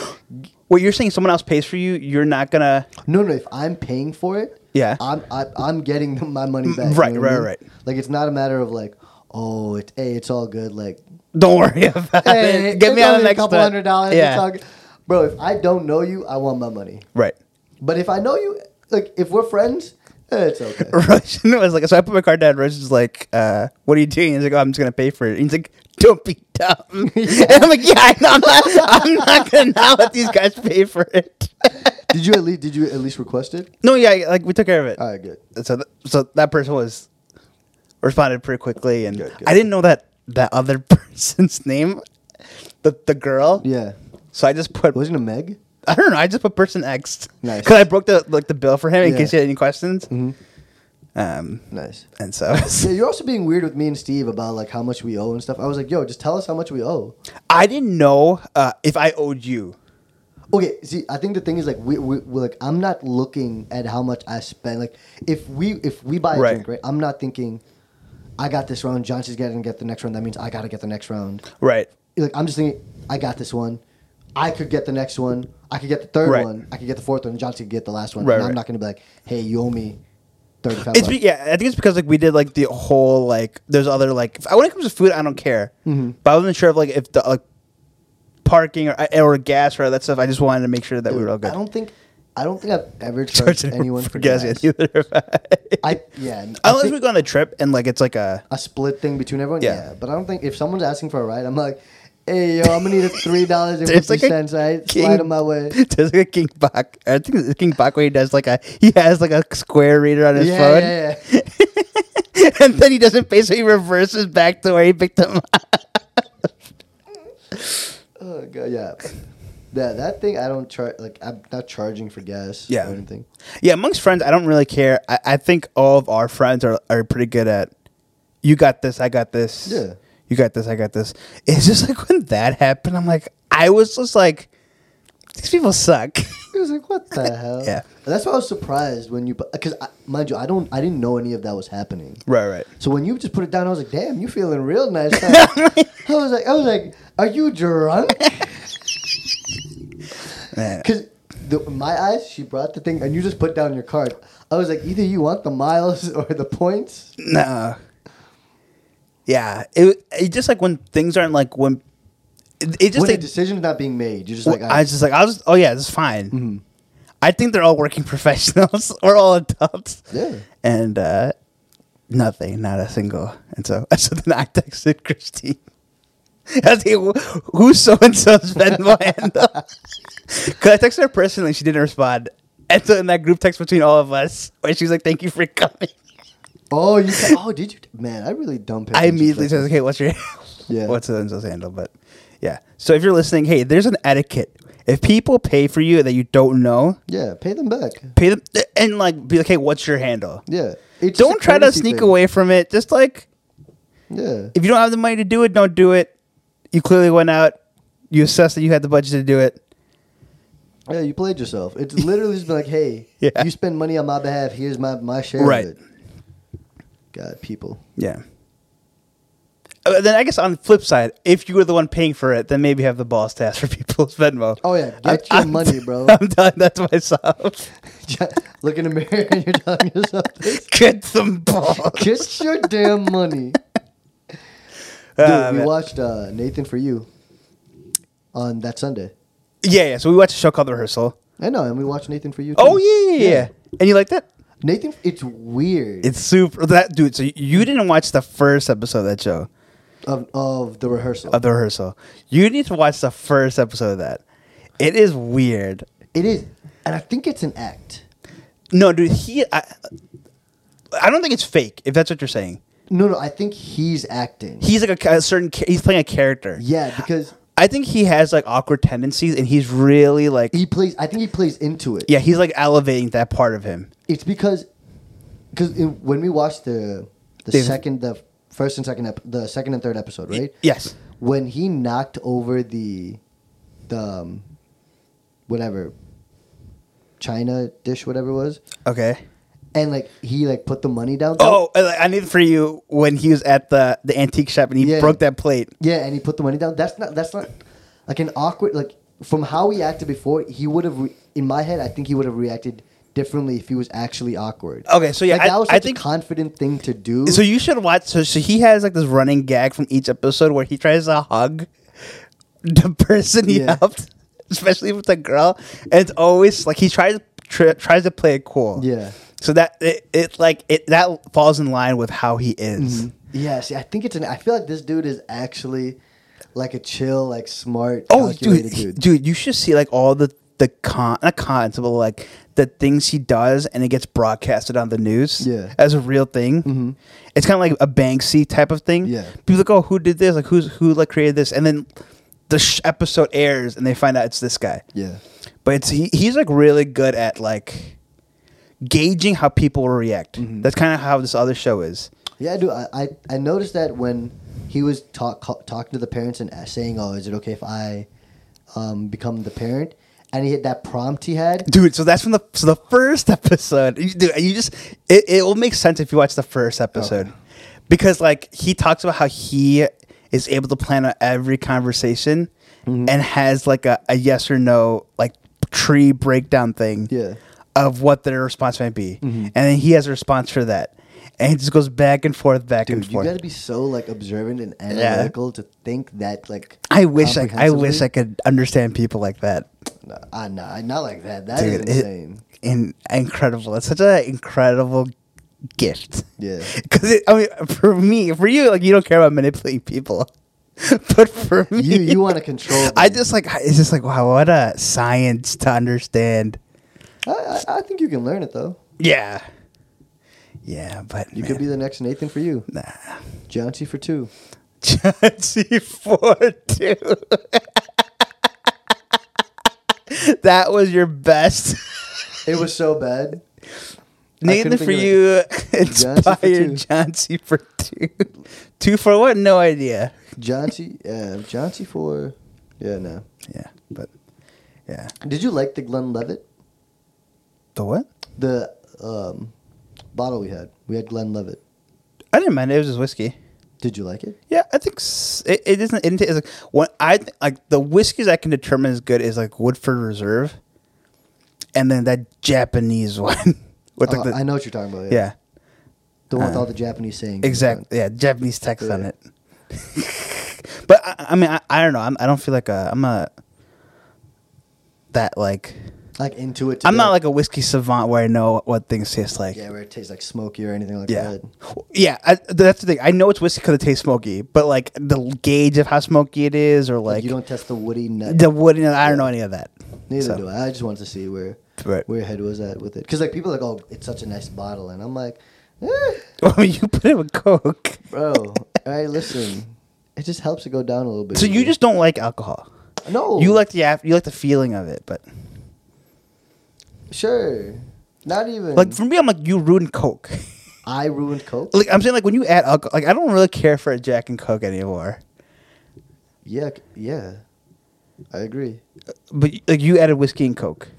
Speaker 2: What you're saying, someone else pays for you. You're not gonna.
Speaker 1: No, no. If I'm paying for it,
Speaker 2: Yeah. Mm,
Speaker 1: I'm I, I'm getting them my money back.
Speaker 2: right,
Speaker 1: what I
Speaker 2: right, right.
Speaker 1: Like it's not a matter of like, oh, it's hey, it's all good. Like,
Speaker 2: Don't worry about
Speaker 1: hey,
Speaker 2: it. Get
Speaker 1: it's
Speaker 2: me out of
Speaker 1: only
Speaker 2: the
Speaker 1: a
Speaker 2: next
Speaker 1: couple
Speaker 2: one.
Speaker 1: hundred dollars.
Speaker 2: Yeah.
Speaker 1: It's all good. Bro, if I don't know you, I want my money.
Speaker 2: right.
Speaker 1: But if I know you, like if we're friends, eh, it's okay.
Speaker 2: Russian was like, so I put my card down. Russian's like, uh, what are you doing? He's like, oh, I'm just gonna pay for it. And he's like, don't be dumb. And I'm like, yeah, I know. I'm not, I'm not gonna not let these guys pay for it.
Speaker 1: Did you at least did you at least request it?
Speaker 2: no, yeah, like we took care of it.
Speaker 1: All right, good.
Speaker 2: so th- so that person was responded pretty quickly, and
Speaker 1: Good, good.
Speaker 2: I didn't know that that other person's name, the the girl.
Speaker 1: Yeah.
Speaker 2: So I just put
Speaker 1: Wasn't it Meg?
Speaker 2: I don't know. I just put person X
Speaker 1: Nice.
Speaker 2: because I broke the like the bill for him in
Speaker 1: Yeah. Mm-hmm.
Speaker 2: case he had any questions. Um,
Speaker 1: Nice.
Speaker 2: and so
Speaker 1: Yeah, you're also being weird with me and Steve about like how much we owe and stuff. I was like, yo, just tell us how much we owe.
Speaker 2: I didn't know uh, if I owed you.
Speaker 1: Okay, see, I think the thing is like we, we we're like I'm not looking at how much I spend. Like if we if we buy a
Speaker 2: Right.
Speaker 1: drink, right? I'm not thinking I got this round. Johnson's gonna get the next round. That means I gotta get the next round.
Speaker 2: Right.
Speaker 1: Like I'm just thinking I got this one. I could get the next one. I could get the third
Speaker 2: Right.
Speaker 1: one. I could get the fourth one. and Johnson could get the last one.
Speaker 2: Right,
Speaker 1: and I'm
Speaker 2: right.
Speaker 1: not gonna be like, hey, you owe me thirty five.
Speaker 2: It's be- yeah. I think it's because like we did like the whole like there's other like when it comes to food I don't care,
Speaker 1: Mm-hmm.
Speaker 2: but I wasn't sure if like if the like parking or or gas or all that stuff. I just wanted to make sure that we were all good.
Speaker 1: I don't think I don't think I've ever charged anyone for gas.
Speaker 2: yet either. have I.
Speaker 1: I yeah. I
Speaker 2: Unless
Speaker 1: think-
Speaker 2: we go on a trip and like it's like a
Speaker 1: a split thing between everyone.
Speaker 2: Yeah.
Speaker 1: Yeah. But I don't think if someone's asking for a ride, I'm like, hey yo, I'm gonna need a three dollars and
Speaker 2: There's
Speaker 1: fifty
Speaker 2: like
Speaker 1: cents, right? Slide on my way.
Speaker 2: There's like a King Bach. I think it's King Bach where he does like a he has like a square reader on his
Speaker 1: Yeah,
Speaker 2: phone.
Speaker 1: yeah, yeah.
Speaker 2: and then he doesn't pay, so he reverses back to where he picked him up.
Speaker 1: Oh god, yeah. Yeah, that thing I don't charge. Like I'm not charging for gas.
Speaker 2: Yeah.
Speaker 1: Or anything.
Speaker 2: Yeah, amongst friends, I don't really care. I, I think all of our friends are, are pretty good at you got this, I got this.
Speaker 1: Yeah.
Speaker 2: You got this, I got this. It's just like when that happened, I'm like, I was just like, these people suck.
Speaker 1: It was like, what the hell?
Speaker 2: Yeah.
Speaker 1: That's why I was surprised when you, because mind you, I don't, I didn't know any of that was happening.
Speaker 2: right, right.
Speaker 1: So when you just put it down, I was like, damn, you feeling real nice. huh? I was like, I was like, are you drunk?
Speaker 2: Man.
Speaker 1: Because my eyes, she brought the thing, and you just put down your card. I was like, either you want the miles or the points.
Speaker 2: No. Yeah, it, it just like when things aren't like when it, it just
Speaker 1: when
Speaker 2: like,
Speaker 1: a decision's not being made, you're just
Speaker 2: well,
Speaker 1: like,
Speaker 2: I was just like I was oh yeah, this is fine. I think they're all working professionals. We're all adults.
Speaker 1: Yeah.
Speaker 2: and uh, nothing, not a single. And so so then I texted Christine. I was like, "Wh- who's so and so's Venmo handle? Because I texted her personally, she didn't respond. And so in that group text between all of us, where she was like, "Thank you for coming."
Speaker 1: oh, you, ca- oh, did you? Man, I really dumb.
Speaker 2: I immediately says, "Okay, what's your
Speaker 1: Yeah.
Speaker 2: what's the Enzo's handle?" But yeah, so if you're listening, hey, there's an etiquette. If people pay for you that you don't know,
Speaker 1: yeah, pay them back.
Speaker 2: pay them and like be like, "Hey, what's your handle?"
Speaker 1: Yeah, it's just
Speaker 2: Don't
Speaker 1: a
Speaker 2: try to
Speaker 1: courtesy
Speaker 2: sneak
Speaker 1: thing.
Speaker 2: away from it. Just like
Speaker 1: Yeah,
Speaker 2: if you don't have the money to do it, don't do it. You clearly went out. You assessed that you had the budget to do it.
Speaker 1: yeah, you played yourself. It's literally just been like, hey,
Speaker 2: Yeah.
Speaker 1: you spend money on my behalf. Here's my my share.
Speaker 2: Right.
Speaker 1: Of it. God, people.
Speaker 2: Yeah. Uh, then I guess on the flip side, if you were the one paying for it, then maybe have the balls to ask for people's Venmo.
Speaker 1: Oh, yeah. Get your money, bro.
Speaker 2: I'm telling that to myself.
Speaker 1: Look in the mirror and you're telling yourself this.
Speaker 2: Get some balls.
Speaker 1: Get your damn money. Dude,
Speaker 2: Ah,
Speaker 1: we
Speaker 2: man.
Speaker 1: watched uh, Nathan for You on that Sunday.
Speaker 2: yeah, yeah. So we watched a show called The Rehearsal.
Speaker 1: I know, and we watched Nathan for You.
Speaker 2: Oh
Speaker 1: too.
Speaker 2: yeah, yeah, yeah. And you liked it?
Speaker 1: Nathan, it's weird
Speaker 2: It's super. That dude. So you didn't watch the first episode of that show
Speaker 1: of, of the rehearsal.
Speaker 2: of The Rehearsal. You need to watch the first episode of that. It is weird.
Speaker 1: it is, and I think it's an act.
Speaker 2: No, dude. He. I, I don't think it's fake. If that's what you're saying,
Speaker 1: No, no, I think he's acting.
Speaker 2: he's like a, ca- a certain. ca- He's playing a character.
Speaker 1: yeah, because
Speaker 2: I think he has like awkward tendencies, and he's really like.
Speaker 1: he plays. I think he plays into it.
Speaker 2: yeah, he's like elevating that part of him.
Speaker 1: it's because because when we watched the the
Speaker 2: David.
Speaker 1: second the first and second ep- the second and third episode, right?
Speaker 2: Yes.
Speaker 1: when he knocked over the the um, whatever china dish whatever it was
Speaker 2: Okay.
Speaker 1: and like he like put the money down
Speaker 2: Oh, I I need it for you when he was at the the antique shop and he
Speaker 1: Yeah.
Speaker 2: broke that plate.
Speaker 1: yeah and he put the money down that's not that's not like an awkward like from how he acted before he would have re- in my head i think he would have reacted differently if he was actually awkward
Speaker 2: Okay, so yeah,
Speaker 1: like, that
Speaker 2: I-
Speaker 1: was
Speaker 2: I
Speaker 1: such
Speaker 2: think-
Speaker 1: a confident thing to do
Speaker 2: So you should watch. So, so he has like this running gag from each episode where he tries to hug the person he
Speaker 1: Yeah.
Speaker 2: helped, especially with the girl, and it's always like he tries tr- tries to play it cool.
Speaker 1: Yeah.
Speaker 2: So that it, it like it that falls in line with how he is.
Speaker 1: Mm-hmm. yeah see i think it's an i feel like this dude is actually like a chill like smart
Speaker 2: Oh,
Speaker 1: calculated
Speaker 2: dude, he- dude, you should see like all the the con not cons but like the things he does and it gets broadcasted on the news
Speaker 1: Yeah. Mm-hmm.
Speaker 2: as a real thing it's kind of like a banksy type of thing
Speaker 1: Yeah.
Speaker 2: people like oh who did this like who's who like created this and then the sh- episode airs and they find out it's this guy
Speaker 1: Yeah.
Speaker 2: but it's he, he's like really good at like gauging how people will react
Speaker 1: Mm-hmm.
Speaker 2: that's kind of how this other show is
Speaker 1: Yeah, I do. I, I, I noticed that when he was talk, ca- talking to the parents and a- saying, "Oh, is it okay if I um, become the parent?" And he had that prompt he had.
Speaker 2: dude so that's from the so the first episode You- dude you just it, it will make sense if you watch the first episode
Speaker 1: Okay.
Speaker 2: because like he talks about how he is able to plan out every conversation
Speaker 1: Mm-hmm.
Speaker 2: and has like a, a yes or no like tree breakdown thing
Speaker 1: Yeah. Mm-hmm.
Speaker 2: of what their response might be and then he has a response for that and he just goes back and forth back and
Speaker 1: Dude, you
Speaker 2: forth
Speaker 1: got to be so like observant and analytical to think that like.
Speaker 2: I wish I, I wish I
Speaker 1: comprehensively.
Speaker 2: could understand people like that.
Speaker 1: No, ah, nah, not like that. That is
Speaker 2: Dude, it-
Speaker 1: insane.
Speaker 2: in, incredible. It's such an incredible gift.
Speaker 1: Yeah.
Speaker 2: Because I mean, for me, for you, like you don't care about manipulating people, but for me,
Speaker 1: you you want to control?
Speaker 2: I
Speaker 1: them.
Speaker 2: just like it's just like wow, what a science to understand.
Speaker 1: I, I, I think you can learn it though.
Speaker 2: Yeah, yeah, but
Speaker 1: You could be the next Nathan for you.
Speaker 2: nah.
Speaker 1: Jouncy for two.
Speaker 2: Chauncey four two. that was your best.
Speaker 1: It was so bad.
Speaker 2: Nathan
Speaker 1: couldn't
Speaker 2: for
Speaker 1: think of
Speaker 2: you
Speaker 1: John C. for
Speaker 2: inspired
Speaker 1: two.
Speaker 2: John C for two. two for what? No idea.
Speaker 1: Jouncy, uh, Jouncy for, yeah, no.
Speaker 2: Yeah, but yeah.
Speaker 1: Did you like the Glenn Levitt?
Speaker 2: The what?
Speaker 1: the um, bottle we had. We had Glenn Levitt.
Speaker 2: I didn't mind. It was just whiskey.
Speaker 1: Did you like it?
Speaker 2: Yeah, I think s- it, it isn't. It, it's like what I th- like the whiskeys I can determine is good is like Woodford Reserve, and then that Japanese one with like
Speaker 1: Oh,
Speaker 2: the
Speaker 1: I know what you're talking about. Yeah,
Speaker 2: yeah
Speaker 1: the one with
Speaker 2: Uh,
Speaker 1: all the Japanese sayings.
Speaker 2: exactly yeah Japanese text on
Speaker 1: Yeah.
Speaker 2: it. but I, I mean I, I don't know I'm, I don't feel like a, I'm a that like
Speaker 1: like into it.
Speaker 2: I'm not like a whiskey savant where I know what things taste like.
Speaker 1: yeah, where it tastes like smoky or anything like
Speaker 2: Yeah,
Speaker 1: that.
Speaker 2: yeah. I, that's the thing. I know it's whiskey because it tastes smoky, but like the gauge of how smoky it is, or
Speaker 1: Like,
Speaker 2: like,
Speaker 1: you don't test the woody nut.
Speaker 2: the wood. I don't know any of that.
Speaker 1: Neither
Speaker 2: So,
Speaker 1: do I. I just wanted to see where
Speaker 2: Right.
Speaker 1: where your head was at with it. Because like people are like, oh, it's such a nice bottle, and I'm like, eh,
Speaker 2: Well, you put it with Coke,
Speaker 1: bro. all right, listen. It just helps it go down a little bit.
Speaker 2: so you
Speaker 1: easier.
Speaker 2: just don't like alcohol.
Speaker 1: no.
Speaker 2: You like the af- you like the feeling of it, but
Speaker 1: sure. Not even
Speaker 2: like for me, I'm like you ruined Coke.
Speaker 1: I ruined Coke.
Speaker 2: like I'm saying, like when you add alcohol, like I don't really care for a Jack and Coke anymore.
Speaker 1: Yeah, c- yeah. I agree.
Speaker 2: But like you added whiskey and Coke,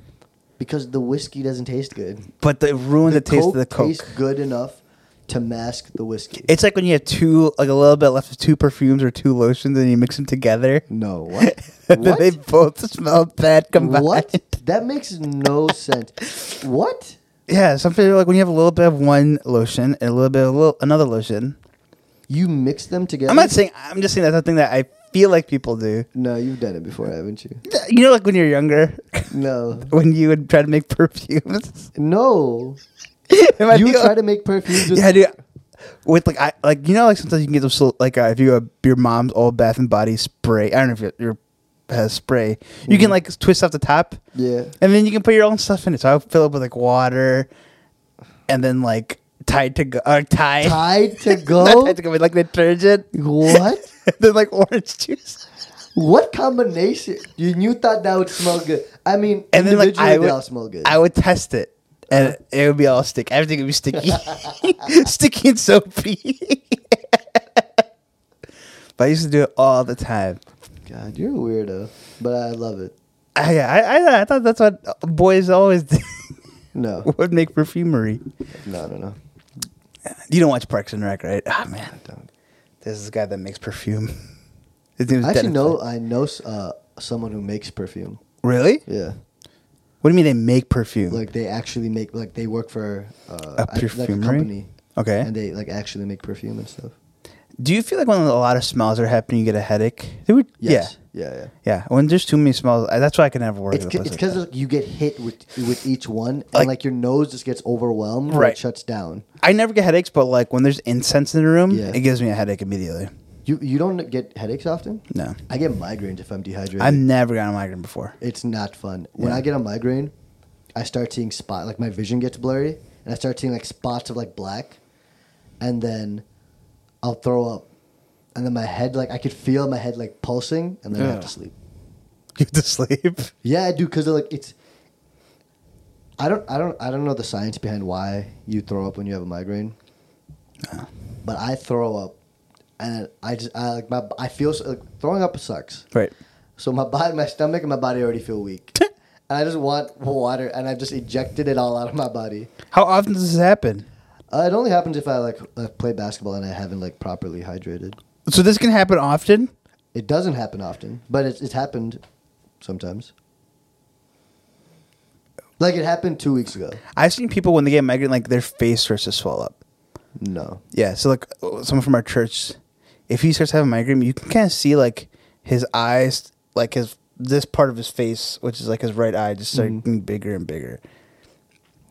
Speaker 1: Because the whiskey doesn't taste good.
Speaker 2: but they ruined the, taste of the Coke.
Speaker 1: tastes good enough to mask the whiskey.
Speaker 2: It's like when you have two, like a little bit left of two perfumes or two lotions, and you mix them together.
Speaker 1: no, what?
Speaker 2: But
Speaker 1: what?
Speaker 2: they both smell bad combined.
Speaker 1: what? That makes no sense. What?
Speaker 2: Yeah, something like when you have a little bit of one lotion and a little bit of a little, another lotion.
Speaker 1: You mix them together?
Speaker 2: I'm not saying. I'm just saying that's a thing that I feel like people do.
Speaker 1: No, you've done it before, haven't you?
Speaker 2: You know, like when you're younger,
Speaker 1: No.
Speaker 2: when you would try to make perfumes.
Speaker 1: No.
Speaker 2: Am I
Speaker 1: You
Speaker 2: the-
Speaker 1: try to make perfumes with
Speaker 2: Yeah, dude. With like I like you know like sometimes you can get those little- like uh, if you have your mom's old Bath and Body spray. I don't know if your, your has spray. You can like twist off the top.
Speaker 1: Mm-hmm. Yeah.
Speaker 2: And then you can put your own stuff in it. So I fill up with like water, and then like Tide to go, uh, Tide,
Speaker 1: Tide to
Speaker 2: Not
Speaker 1: go?
Speaker 2: Tide to go, but like detergent,
Speaker 1: What?
Speaker 2: then like orange juice,
Speaker 1: What combination? You, you thought that would smell good. I mean,
Speaker 2: and then like I
Speaker 1: individually,
Speaker 2: would,
Speaker 1: they all smell good.
Speaker 2: I would test it, and it would be all sticky. Everything would be sticky, sticky and soapy. but I used to do it all the time.
Speaker 1: God, you're a weirdo. But I love it.
Speaker 2: I, I, I, I thought that's what boys always did,
Speaker 1: No.
Speaker 2: would make perfumery.
Speaker 1: No, no, no.
Speaker 2: You don't watch Parks and Rec, right? Ah man.
Speaker 1: Don't.
Speaker 2: There's this guy that makes perfume. His name is
Speaker 1: I actually
Speaker 2: Dennis
Speaker 1: know
Speaker 2: Flynn.
Speaker 1: I know uh, someone who makes perfume.
Speaker 2: Really?
Speaker 1: Yeah,
Speaker 2: What do you mean they make perfume?
Speaker 1: like they actually make like they work for uh,
Speaker 2: A
Speaker 1: I- like a
Speaker 2: perfumery?
Speaker 1: company,
Speaker 2: okay.
Speaker 1: and they like actually make perfume and stuff.
Speaker 2: do you feel like when a lot of smells are happening, you get a headache? They would,
Speaker 1: Yes. Yeah, yeah.
Speaker 2: Yeah. Yeah. When there's too many smells, I, that's why I can never work
Speaker 1: It's
Speaker 2: at a
Speaker 1: c-
Speaker 2: place
Speaker 1: it's
Speaker 2: like
Speaker 1: because
Speaker 2: that.
Speaker 1: you get hit with with each one, and
Speaker 2: Like-
Speaker 1: like, your nose just gets overwhelmed, or
Speaker 2: Right.
Speaker 1: it shuts down.
Speaker 2: I never get headaches, but like when there's incense in the room,
Speaker 1: Yeah.
Speaker 2: it gives me a headache immediately.
Speaker 1: You you don't get headaches often?
Speaker 2: No.
Speaker 1: I get migraines if I'm dehydrated.
Speaker 2: I've never gotten a migraine before.
Speaker 1: it's not fun. When
Speaker 2: Yeah.
Speaker 1: I get a migraine, I start seeing spot like my vision gets blurry and I start seeing like spots of like black and then I'll throw up and then my head like I could feel my head like pulsing and then I have
Speaker 2: Yeah.
Speaker 1: to sleep.
Speaker 2: Get to sleep.
Speaker 1: Yeah, I do because like it's. I don't, I don't, I don't know the science behind why you throw up when you have a migraine,
Speaker 2: No.
Speaker 1: but I throw up, and I just, I like my, I feel so, like, throwing up sucks.
Speaker 2: Right.
Speaker 1: So my body, my stomach, and my body already feel weak, and I just want water, and I just ejected it all out of my body.
Speaker 2: How often does this happen?
Speaker 1: Uh, it only happens if I like uh, play basketball and I haven't like properly hydrated.
Speaker 2: So this can happen often.
Speaker 1: It doesn't happen often, but it's it's happened sometimes. Like it happened two weeks ago.
Speaker 2: I've seen people when they get migraine, like their face starts to swell up.
Speaker 1: No.
Speaker 2: Yeah. So like uh, someone from our church, if he starts having migraine, you can kind of see like his eyes, like his this part of his face, which is like his right eye, just start
Speaker 1: Mhm.
Speaker 2: getting bigger and bigger,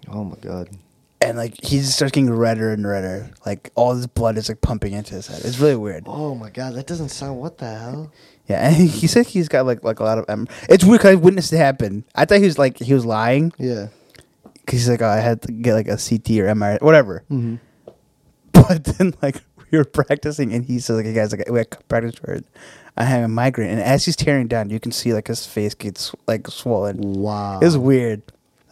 Speaker 1: Oh my god.
Speaker 2: and like he just starts getting redder and redder. Like all his blood is like pumping into his head. It's really weird.
Speaker 1: Oh my god, that doesn't sound. What the hell?
Speaker 2: Yeah, and he said he's got like like a lot of. em- It's weird because I witnessed it happen. I thought he was like he was lying
Speaker 1: Yeah.
Speaker 2: because he's like oh, I had to get like a CT or MRI whatever.
Speaker 1: Mm-hmm.
Speaker 2: But then like we were practicing and he says like hey guys like we had practice for it. I have a migraine and as he's tearing down, you can see like his face gets like swollen.
Speaker 1: Wow.
Speaker 2: It was weird,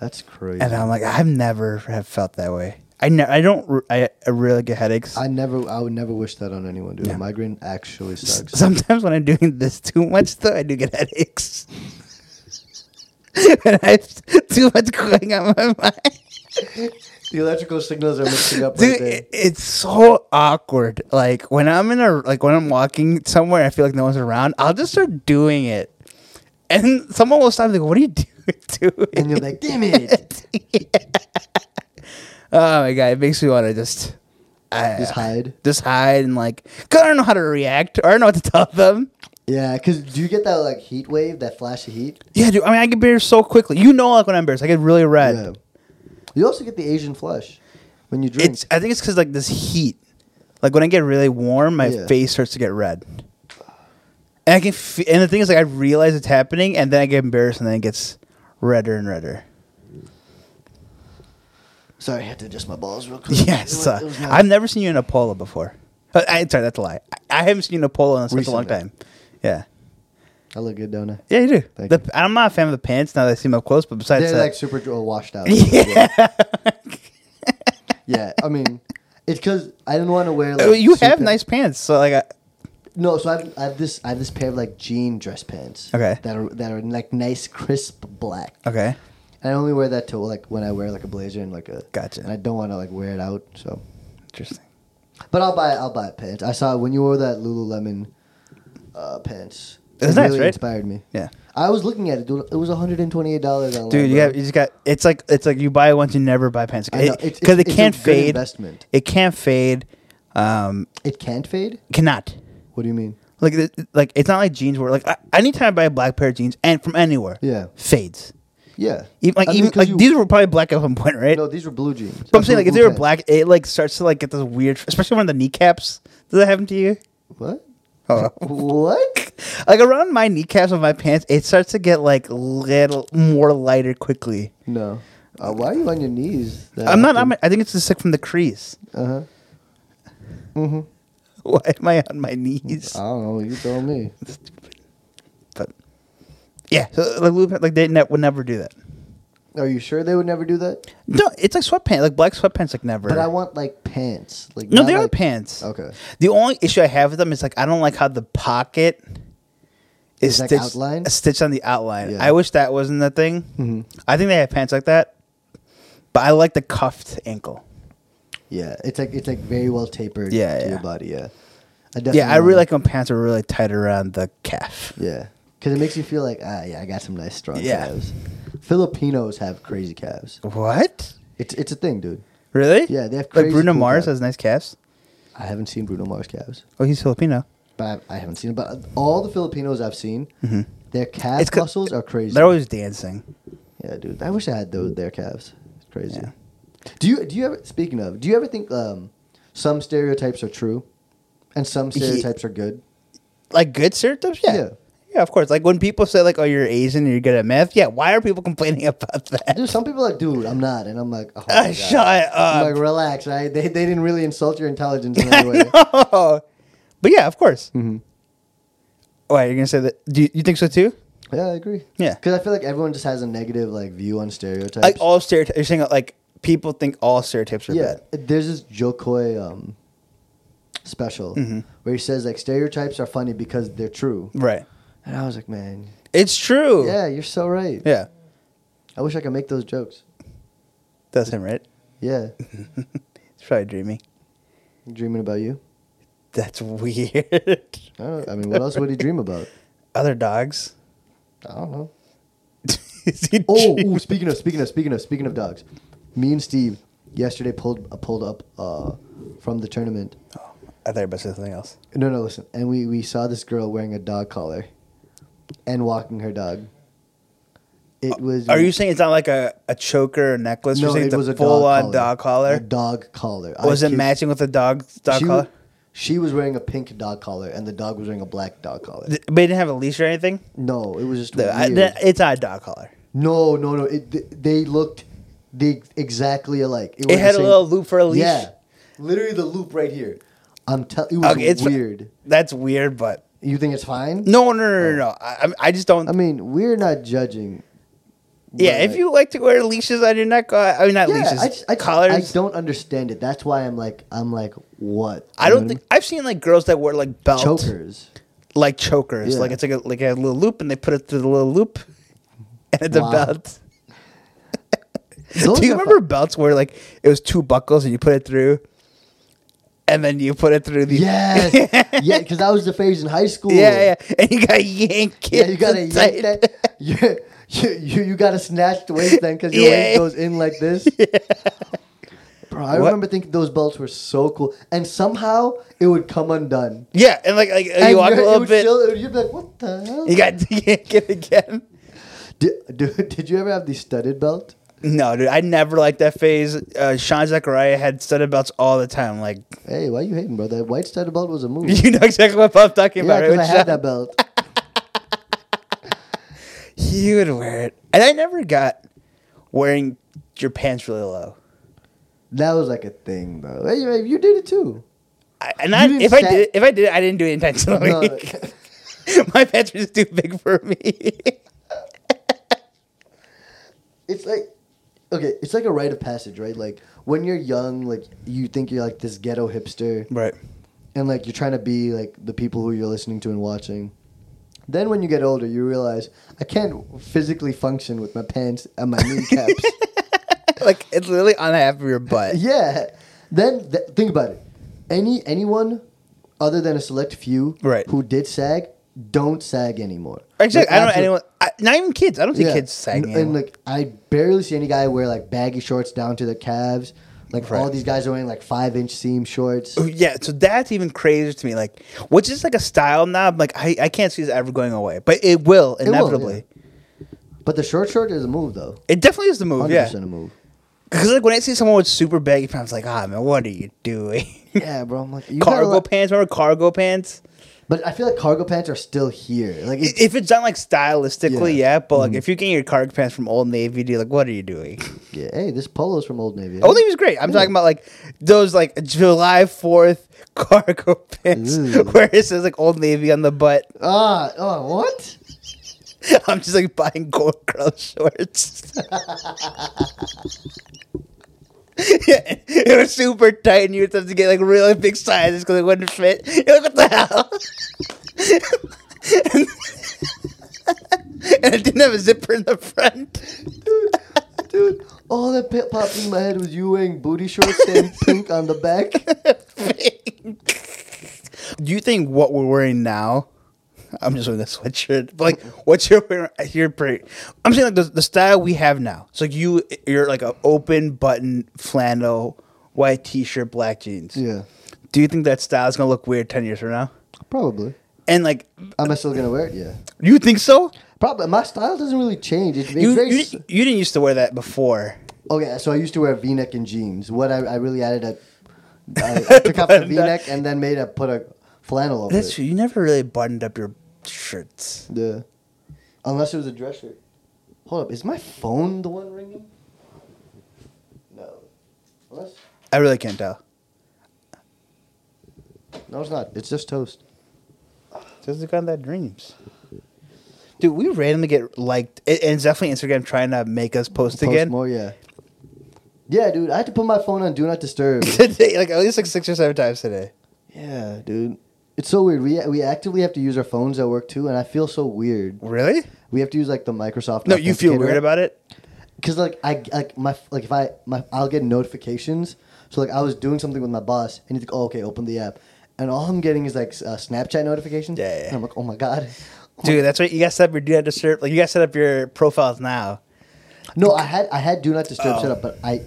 Speaker 1: That's crazy.
Speaker 2: and I'm like I've never have felt that way. I ne- I don't r- I, I really get headaches.
Speaker 1: I never, I would never wish that on anyone, dude.
Speaker 2: Yeah.
Speaker 1: Migraine actually
Speaker 2: S-
Speaker 1: sucks.
Speaker 2: Sometimes when I'm doing this too much, though, I do get headaches. and I have too much going on in my mind.
Speaker 1: the electrical signals are mixing up
Speaker 2: Dude,
Speaker 1: right there.
Speaker 2: it- it's so awkward. Like when I'm in a like when I'm walking somewhere, I feel like no one's around. I'll just start doing it, and someone will stop. Like, what are you doing?
Speaker 1: and you're like, damn it.
Speaker 2: oh my god, it makes me want to just. I-
Speaker 1: Just hide.
Speaker 2: just hide and like, 'cause I don't know how to react or I don't know what to tell them.
Speaker 1: Yeah, because do you get that like heat wave, that flash of heat?
Speaker 2: Yeah, dude. I mean, I get beer so quickly. You know, like when I'm embarrassed, I get really red.
Speaker 1: Yeah. You also get the Asian flush when you drink.
Speaker 2: It's. I think it's because like this heat. Like when I get really warm, my
Speaker 1: Yeah.
Speaker 2: face starts to get red. And I can. Fe- and the thing is, like, I realize it's happening, and then I get embarrassed, and then it gets redder and redder.
Speaker 1: Sorry, I had to adjust my balls real quick.
Speaker 2: Yes,
Speaker 1: It was-
Speaker 2: uh,
Speaker 1: it was not-
Speaker 2: I've never seen you in a polo before. Uh, I, sorry, that's a lie. I, I haven't seen you in a polo in such a long
Speaker 1: Recently.
Speaker 2: time. Yeah.
Speaker 1: I look good, don't I?
Speaker 2: Yeah, you do.
Speaker 1: Thank
Speaker 2: The- I'm not a fan of the pants now that I see them up close, but besides
Speaker 1: They're
Speaker 2: that,
Speaker 1: like super dr- washed out.
Speaker 2: yeah,
Speaker 1: yeah. I mean, it's because I didn't want to wear.
Speaker 2: Oh,
Speaker 1: Like,
Speaker 2: you have
Speaker 1: super-
Speaker 2: nice pants. So like, I,
Speaker 1: No, so I have, I have this I have this pair of like jean dress pants.
Speaker 2: Okay.
Speaker 1: That are that are like nice crisp black.
Speaker 2: okay,
Speaker 1: And I only wear that to like when I wear like a blazer and like a.
Speaker 2: Gotcha.
Speaker 1: And I don't want to like wear it out. So,
Speaker 2: interesting.
Speaker 1: but I'll buy I'll buy pants. I saw when you wore that Lululemon uh, pants.
Speaker 2: It was nice,
Speaker 1: really
Speaker 2: right?
Speaker 1: Inspired me.
Speaker 2: Yeah.
Speaker 1: I was looking at it, dude. It was one hundred and twenty eight dollars online.
Speaker 2: Dude, you
Speaker 1: bro.
Speaker 2: have you just got it's like it's like you buy once you never buy pants
Speaker 1: I know,
Speaker 2: because
Speaker 1: it's-
Speaker 2: it,
Speaker 1: it's-
Speaker 2: 'cause it
Speaker 1: it's a
Speaker 2: can't
Speaker 1: good
Speaker 2: fade.
Speaker 1: investment.
Speaker 2: It can't fade. Um,
Speaker 1: It can't fade.
Speaker 2: cannot.
Speaker 1: What do you mean?
Speaker 2: Like the- like it's not like jeans where like I, anytime I buy a black pair of jeans and from anywhere,
Speaker 1: Yeah.
Speaker 2: fades.
Speaker 1: Yeah.
Speaker 2: Even, like
Speaker 1: I mean,
Speaker 2: even
Speaker 1: 'cause
Speaker 2: like
Speaker 1: you-
Speaker 2: these were probably black at one point, right?
Speaker 1: No, these were blue jeans.
Speaker 2: but I'm saying like if they were
Speaker 1: pants.
Speaker 2: black, it like starts to like get this weird, especially when the kneecaps. Does that happen to you?
Speaker 1: What?
Speaker 2: Oh.
Speaker 1: what?
Speaker 2: Like around my kneecaps of my pants, it starts to get like little more lighter quickly.
Speaker 1: No. Uh, why are you on your knees? that
Speaker 2: I'm not.
Speaker 1: often?
Speaker 2: I'm, I think it's just like from the crease.
Speaker 1: Uh-huh. Mm-hmm.
Speaker 2: Why am I on my knees?
Speaker 1: I don't know. You tell me.
Speaker 2: But yeah, so like Lulu Pant- like they ne- would never do that.
Speaker 1: Are you sure they would never do that?
Speaker 2: No, it's like sweatpants, like black sweatpants, like never.
Speaker 1: But I want like pants. Like
Speaker 2: no,
Speaker 1: not,
Speaker 2: they are
Speaker 1: like-
Speaker 2: pants.
Speaker 1: Okay.
Speaker 2: The only issue I have with them is like I don't like how the pocket is
Speaker 1: Is, like,
Speaker 2: stitched, uh,
Speaker 1: outlined?
Speaker 2: stitched on the outline.
Speaker 1: Yeah.
Speaker 2: I wish that wasn't a thing.
Speaker 1: Mhm.
Speaker 2: I think they have pants like that, but I like the cuffed ankle.
Speaker 1: Yeah, it's like it's like very well tapered.
Speaker 2: Yeah,
Speaker 1: to your
Speaker 2: yeah.
Speaker 1: body. Yeah. I
Speaker 2: yeah, I
Speaker 1: want
Speaker 2: really
Speaker 1: it.
Speaker 2: like when pants are really tight around the calf.
Speaker 1: Yeah, because it makes you feel like ah, yeah, I got some nice strong
Speaker 2: Yeah.
Speaker 1: calves. Filipinos have crazy calves.
Speaker 2: What?
Speaker 1: It's it's a thing, dude.
Speaker 2: Really?
Speaker 1: Yeah, they have
Speaker 2: like
Speaker 1: crazy
Speaker 2: Bruno
Speaker 1: cool
Speaker 2: Mars
Speaker 1: calves.
Speaker 2: has nice calves.
Speaker 1: I haven't seen Bruno Mars calves,
Speaker 2: Oh, he's Filipino.
Speaker 1: but I, I haven't seen. But all the Filipinos I've seen, their calf
Speaker 2: It's 'cause-
Speaker 1: muscles are crazy.
Speaker 2: Mm-hmm. They're always dancing.
Speaker 1: yeah, dude. I wish I had those their calves. It's crazy.
Speaker 2: Yeah.
Speaker 1: Do you do you ever speaking of? Do you ever think um, some stereotypes are true? And some stereotypes are good.
Speaker 2: Like good stereotypes, yeah.
Speaker 1: Yeah.
Speaker 2: yeah. of course. Like when people say like, "Oh, you're Asian, you're good at math." Yeah, why are people complaining about that?
Speaker 1: There's some people like, dude, I'm not, and I'm like, oh my
Speaker 2: Ah,
Speaker 1: God.
Speaker 2: shut
Speaker 1: I'm
Speaker 2: up.
Speaker 1: like, relax, right? They, they didn't really insult your intelligence in any way.
Speaker 2: no. But yeah, of course.
Speaker 1: Mhm.
Speaker 2: Why you're gonna say that? Do you, you think so too?
Speaker 1: Yeah, I agree.
Speaker 2: Yeah.
Speaker 1: because I feel like everyone just has a negative like view on stereotypes.
Speaker 2: Like all stereotypes. You're saying like people think all stereotypes are
Speaker 1: yeah,
Speaker 2: bad.
Speaker 1: Uh, there's this Jokoi um, special
Speaker 2: Mm-hmm.
Speaker 1: where he says like stereotypes are funny because they're true,
Speaker 2: Right.
Speaker 1: and I was like, man,
Speaker 2: It's true.
Speaker 1: yeah, you're so right.
Speaker 2: Yeah.
Speaker 1: I wish I could make those jokes.
Speaker 2: That's him, right?
Speaker 1: Yeah,
Speaker 2: It's probably dreaming.
Speaker 1: dreaming about you.
Speaker 2: That's weird.
Speaker 1: I, don't, I mean, what else would he dream about?
Speaker 2: Other dogs.
Speaker 1: I don't know.
Speaker 2: Is he
Speaker 1: Oh,
Speaker 2: dream-
Speaker 1: ooh, speaking of speaking of speaking of speaking of dogs, me and Steve yesterday pulled uh, pulled up uh, from the tournament.
Speaker 2: Oh, I thought you were about to say something else.
Speaker 1: No, no, listen. And we, we saw this girl wearing a dog collar and walking her dog. It was.
Speaker 2: Uh, Are you saying it's not like a, a choker or necklace?
Speaker 1: No,
Speaker 2: You're saying
Speaker 1: it
Speaker 2: it's
Speaker 1: was
Speaker 2: a
Speaker 1: a
Speaker 2: full
Speaker 1: dog
Speaker 2: on
Speaker 1: collar.
Speaker 2: dog collar?
Speaker 1: A dog collar. I
Speaker 2: was it
Speaker 1: kid-
Speaker 2: matching with a dog dog
Speaker 1: she, wa-
Speaker 2: collar?
Speaker 1: She was wearing a pink dog collar, and the dog was wearing a black dog collar.
Speaker 2: Th- But it didn't have a leash or anything?
Speaker 1: No, it was just
Speaker 2: The- I-
Speaker 1: weird.
Speaker 2: the- it's not a dog collar.
Speaker 1: no, no, no. It, th- they looked the, exactly alike.
Speaker 2: It
Speaker 1: was the
Speaker 2: had a
Speaker 1: same-
Speaker 2: little loop for a leash?
Speaker 1: Yeah, literally the loop right here. I'm telling. It was
Speaker 2: Okay, it's fi-
Speaker 1: weird.
Speaker 2: That's weird, but.
Speaker 1: You think it's fine?
Speaker 2: No, no, no, no, no. I, I'm- I just don't.
Speaker 1: I mean, we're not judging.
Speaker 2: yeah,
Speaker 1: but-
Speaker 2: if you like to wear leashes on your neck, uh, I mean, not leashes,
Speaker 1: I, just- I, just-
Speaker 2: collars.
Speaker 1: I don't understand it. That's why I'm like, I'm like, what?
Speaker 2: I
Speaker 1: You
Speaker 2: don't
Speaker 1: know
Speaker 2: think I've seen like girls that wear like
Speaker 1: what
Speaker 2: belts,
Speaker 1: I mean? chokers.
Speaker 2: like chokers,
Speaker 1: Yeah.
Speaker 2: like it's like a, like a little loop, and they put it through the little loop, and it's
Speaker 1: Wow.
Speaker 2: a belt.
Speaker 1: Those
Speaker 2: Do you
Speaker 1: are
Speaker 2: remember
Speaker 1: fu-
Speaker 2: belts where like it was two buckles and you put it through, and then you put it through the
Speaker 1: Yes, yeah, because that was the phase in high school.
Speaker 2: yeah, yeah, and you got yank it.
Speaker 1: Yeah, you gotta
Speaker 2: to
Speaker 1: yank
Speaker 2: tight-
Speaker 1: that. You, you, you, you gotta snatch the waist then because your
Speaker 2: Yeah.
Speaker 1: waist goes in like this. Bro, I
Speaker 2: What?
Speaker 1: remember thinking those belts were so cool, and somehow it would come undone.
Speaker 2: Yeah, and like like
Speaker 1: And
Speaker 2: you walk a
Speaker 1: you're- it
Speaker 2: little
Speaker 1: would
Speaker 2: bit,
Speaker 1: still- you'd be like, "What the hell?"
Speaker 2: you got to yank it again.
Speaker 1: Did, dude, did you ever have the studded belt?
Speaker 2: No, dude, I never liked that phase. Uh, Sean Zachariah had studded belts all the time. Like,
Speaker 1: Hey, why you hating, bro? That white studded belt was a move.
Speaker 2: you know exactly what I'm talking
Speaker 1: Yeah,
Speaker 2: about. right?
Speaker 1: because I
Speaker 2: With
Speaker 1: had
Speaker 2: Sean.
Speaker 1: that belt.
Speaker 2: He would wear it, and I never got wearing your pants really low.
Speaker 1: That was like a thing, though. Hey, you- you did it too.
Speaker 2: I, and I,
Speaker 1: didn't
Speaker 2: if I
Speaker 1: sa-
Speaker 2: did, if I did, it, I didn't do it intentionally.
Speaker 1: No, no.
Speaker 2: My pants were just too big for me.
Speaker 1: It's like, okay, it's like a rite of passage, right? Like when you're young, like you think you're like this ghetto hipster,
Speaker 2: right.
Speaker 1: and like you're trying to be like the people who you're listening to and watching. Then when you get older, you realize I can't physically function with my pants and my kneecaps.
Speaker 2: like it's literally on half of your butt.
Speaker 1: yeah. Then th- think about it. Any anyone other than a select few
Speaker 2: Right.
Speaker 1: who did sag don't sag anymore. Like,
Speaker 2: Exactly. I don't know
Speaker 1: after-
Speaker 2: anyone. I, not even kids. I don't see
Speaker 1: Yeah.
Speaker 2: kids sagging.
Speaker 1: And, and, like I barely see any guy wear like baggy shorts down to the calves. Like all
Speaker 2: Right.
Speaker 1: these guys are wearing like five inch seam shorts.
Speaker 2: Oh, Yeah, so that's even crazier to me. Like, which is like a style now. I'm like, I, I can't see this ever going away, but it will
Speaker 1: yeah.
Speaker 2: inevitably. It,
Speaker 1: But the short short is a move though.
Speaker 2: definitely is the move,
Speaker 1: Hundred
Speaker 2: yeah.
Speaker 1: percent a move.
Speaker 2: Because like when I see someone with super baggy pants, like, ah man, what are you doing?
Speaker 1: Yeah, bro. I'm like you gotta
Speaker 2: cargo
Speaker 1: let-
Speaker 2: pants. Remember cargo pants?
Speaker 1: But I feel like cargo pants are still here. Like
Speaker 2: I-
Speaker 1: it,
Speaker 2: If it's done like stylistically,
Speaker 1: Yeah.
Speaker 2: yeah. but like if you get your cargo pants from Old Navy, dude, like, what are you doing?
Speaker 1: yeah, hey, this polo's from Old Navy.
Speaker 2: Old Navy's great. I'm talking about like those like July Fourth cargo pants
Speaker 1: Ooh.
Speaker 2: where it says like Old Navy on the butt.
Speaker 1: Ah, oh, what?
Speaker 2: I'm just like buying gold girl shorts. yeah, it was super tight, and you would have to get like really big sizes because it wouldn't fit. You're like, what the hell? and it didn't have a zipper in the front.
Speaker 1: Dude, all that pit popped in my head was you wearing booty shorts and pink on the back.
Speaker 2: Do you think what we're wearing now? I'm just wearing a sweatshirt. But like, what's your wearing? Your pretty. I'm saying like the, the style we have now. It's like you, you're like an open button flannel, white t-shirt, black jeans.
Speaker 1: Yeah,
Speaker 2: Do you think that style is gonna look weird ten years from now?
Speaker 1: probably.
Speaker 2: And like,
Speaker 1: Am I still gonna wear it? Yeah.
Speaker 2: you think so?
Speaker 1: Probably. My style doesn't really change. It, it's
Speaker 2: You,
Speaker 1: very
Speaker 2: you
Speaker 1: s-
Speaker 2: you didn't used to wear that before.
Speaker 1: Okay, so I used to wear V-neck and jeans. What I, I really added, a, I took off the
Speaker 2: Button down.
Speaker 1: V-neck and then made a put a flannel over
Speaker 2: That's
Speaker 1: it.
Speaker 2: true. You never really buttoned up your shirts.
Speaker 1: Yeah. Unless it was a dress shirt. Hold up, is my phone the one ringing? No. Unless.
Speaker 2: I really can't tell.
Speaker 1: No, it's not. It's just toast.
Speaker 2: Just look on that dreams. Dude, we randomly get liked, and and it's definitely Instagram trying to make us post,
Speaker 1: Post
Speaker 2: again.
Speaker 1: more, yeah. Yeah, dude. I had to put my phone on Do Not Disturb.
Speaker 2: today, like at least like six or seven times today.
Speaker 1: yeah, dude. It's so weird. We we actively have to use our phones at work too, and I feel so weird.
Speaker 2: Really?
Speaker 1: We have to use like the Microsoft.
Speaker 2: No, you feel weird about it.
Speaker 1: because like I like my like if I my I'll get notifications. So like I was doing something with my boss, and he's like, "Oh, okay, open the app," and all I'm getting is like s- uh, Snapchat notifications.
Speaker 2: Yeah, yeah, yeah.
Speaker 1: And I'm like, "Oh my god."
Speaker 2: Dude, that's right. You gotta set up your do not disturb. Like you gotta set up your profiles now.
Speaker 1: No, I had I had Do Not Disturb
Speaker 2: Oh.
Speaker 1: set up, but I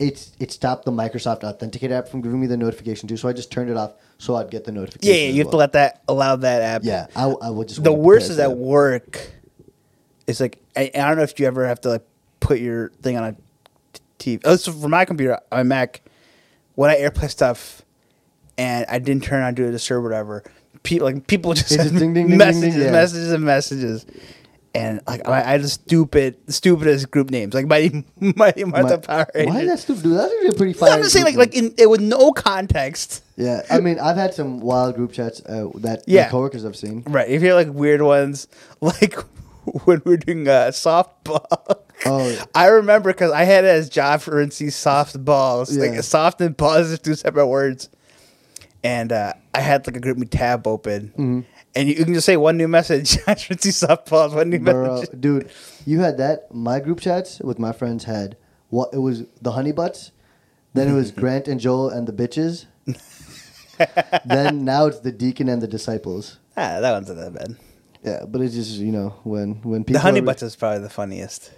Speaker 1: it's it stopped the Microsoft Authenticator app from giving me the notification too. So I just turned it off so I'd get the
Speaker 2: Yeah,
Speaker 1: notification.
Speaker 2: yeah
Speaker 1: as
Speaker 2: you have to
Speaker 1: well.
Speaker 2: let that allow that app.
Speaker 1: Yeah, I, I would just.
Speaker 2: The
Speaker 1: wouldn't
Speaker 2: worst
Speaker 1: press
Speaker 2: is at
Speaker 1: it.
Speaker 2: work. It's like I, I don't know if you ever have to like put your thing on a t- TV. Oh, so for my computer, my Mac, when I AirPlay stuff, and I didn't turn on Do Not Disturb, or whatever. People like people just
Speaker 1: It's
Speaker 2: send
Speaker 1: just ding, ding, ding, ding,
Speaker 2: messages,
Speaker 1: ding, yeah.
Speaker 2: messages, and messages, and like I, I had the stupid, stupidest group names like Mighty Mighty Martha Power.
Speaker 1: Why
Speaker 2: Rangers.
Speaker 1: is that stupid? Dude, that's actually a pretty
Speaker 2: No,
Speaker 1: fine.
Speaker 2: I'm just saying, like,
Speaker 1: group
Speaker 2: like
Speaker 1: name.
Speaker 2: in, it, with no context.
Speaker 1: yeah. I mean, I've had some wild group chats uh, that yeah.
Speaker 2: Yeah.
Speaker 1: coworkers I've seen.
Speaker 2: Right. If you're like weird ones, like when we we're doing uh, softball.
Speaker 1: Oh.
Speaker 2: I remember because I had it as job currency softballs.
Speaker 1: Yeah.
Speaker 2: Like soft and balls is two separate words. And uh, I had like a group me tab open.
Speaker 1: Mm-hmm.
Speaker 2: And you, you can just say one new message, job currency softballs, one new
Speaker 1: Bro,
Speaker 2: message.
Speaker 1: dude, you had that. My group chats with my friends had what it was the honey butts, then it was Grant and Joel and the bitches. then now it's the deacon and the disciples.
Speaker 2: Ah, that one's not that bad.
Speaker 1: Yeah, but it's just you know when when people
Speaker 2: The honey
Speaker 1: are-
Speaker 2: butts is probably the funniest.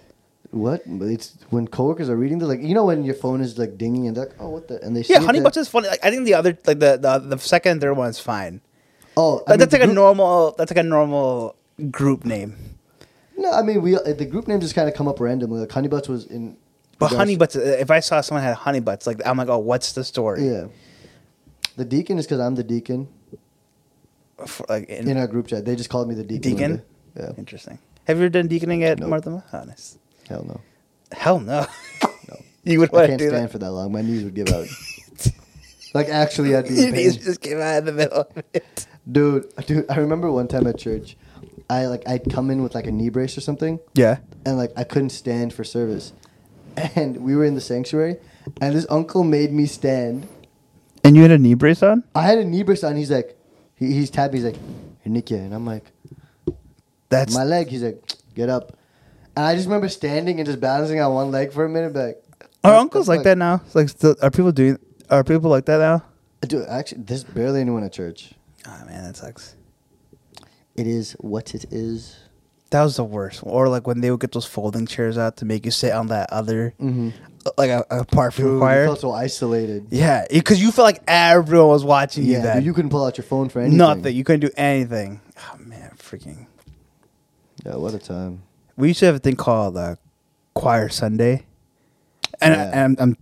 Speaker 1: what it's when coworkers are reading they're like you know when your phone is like dinging and they're like oh what the and they
Speaker 2: Yeah,
Speaker 1: see
Speaker 2: honey
Speaker 1: that-
Speaker 2: butts is funny. Like I think the other, like the the, the second and third one's fine.
Speaker 1: oh I
Speaker 2: Like, that's
Speaker 1: mean,
Speaker 2: like
Speaker 1: the
Speaker 2: a
Speaker 1: group-
Speaker 2: normal. That's like a normal group name.
Speaker 1: no I mean we the group names just kind of come up randomly like honey butts was in
Speaker 2: But
Speaker 1: regards-
Speaker 2: honey butts, if I saw someone had honey butts, like I'm like, oh, what's the story?
Speaker 1: yeah the deacon is because I'm the deacon
Speaker 2: For, like, in,
Speaker 1: in our group chat they just called me the deacon one
Speaker 2: deacon.
Speaker 1: day. yeah
Speaker 2: Interesting. Have you ever done deaconing at
Speaker 1: Nope.
Speaker 2: Martha Honest?
Speaker 1: Hell no.
Speaker 2: Hell no.
Speaker 1: No.
Speaker 2: you would
Speaker 1: I
Speaker 2: want to
Speaker 1: can't
Speaker 2: do
Speaker 1: stand
Speaker 2: that.
Speaker 1: for that long. My knees would give out. like actually, I'd be
Speaker 2: You
Speaker 1: in pain.
Speaker 2: just came out in the middle of it.
Speaker 1: Dude, dude, I remember one time at church, I like I'd come in with like a knee brace or something,
Speaker 2: Yeah.
Speaker 1: and like I couldn't stand for service, and we were in the sanctuary, and this uncle made me stand.
Speaker 2: And you had a knee brace on?
Speaker 1: I had a knee brace on. He's like, he, he's tapping. He's like, hey, Nikia, and I'm like,
Speaker 2: That's
Speaker 1: my leg. He's like, get up, and I just remember standing and just balancing on one leg for a minute, but.
Speaker 2: are uncles like that now? Like, still, are people doing? Are people like that now?
Speaker 1: Dude, actually, there's barely anyone at church.
Speaker 2: Oh man, that sucks.
Speaker 1: It is what it is.
Speaker 2: That was the worst. Or like when they would get those folding chairs out to make you sit on that other, like a, apart from
Speaker 1: Dude,
Speaker 2: choir.
Speaker 1: Mm-hmm. you felt so isolated.
Speaker 2: Yeah, because you felt like everyone was watching you.
Speaker 1: Yeah,
Speaker 2: Then
Speaker 1: dude, you couldn't pull out your phone for anything.
Speaker 2: nothing. You couldn't do anything. Oh man, freaking.
Speaker 1: Yeah, what a time.
Speaker 2: We used to have a thing called uh, Choir Sunday, and,
Speaker 1: Yeah.
Speaker 2: I, am I'm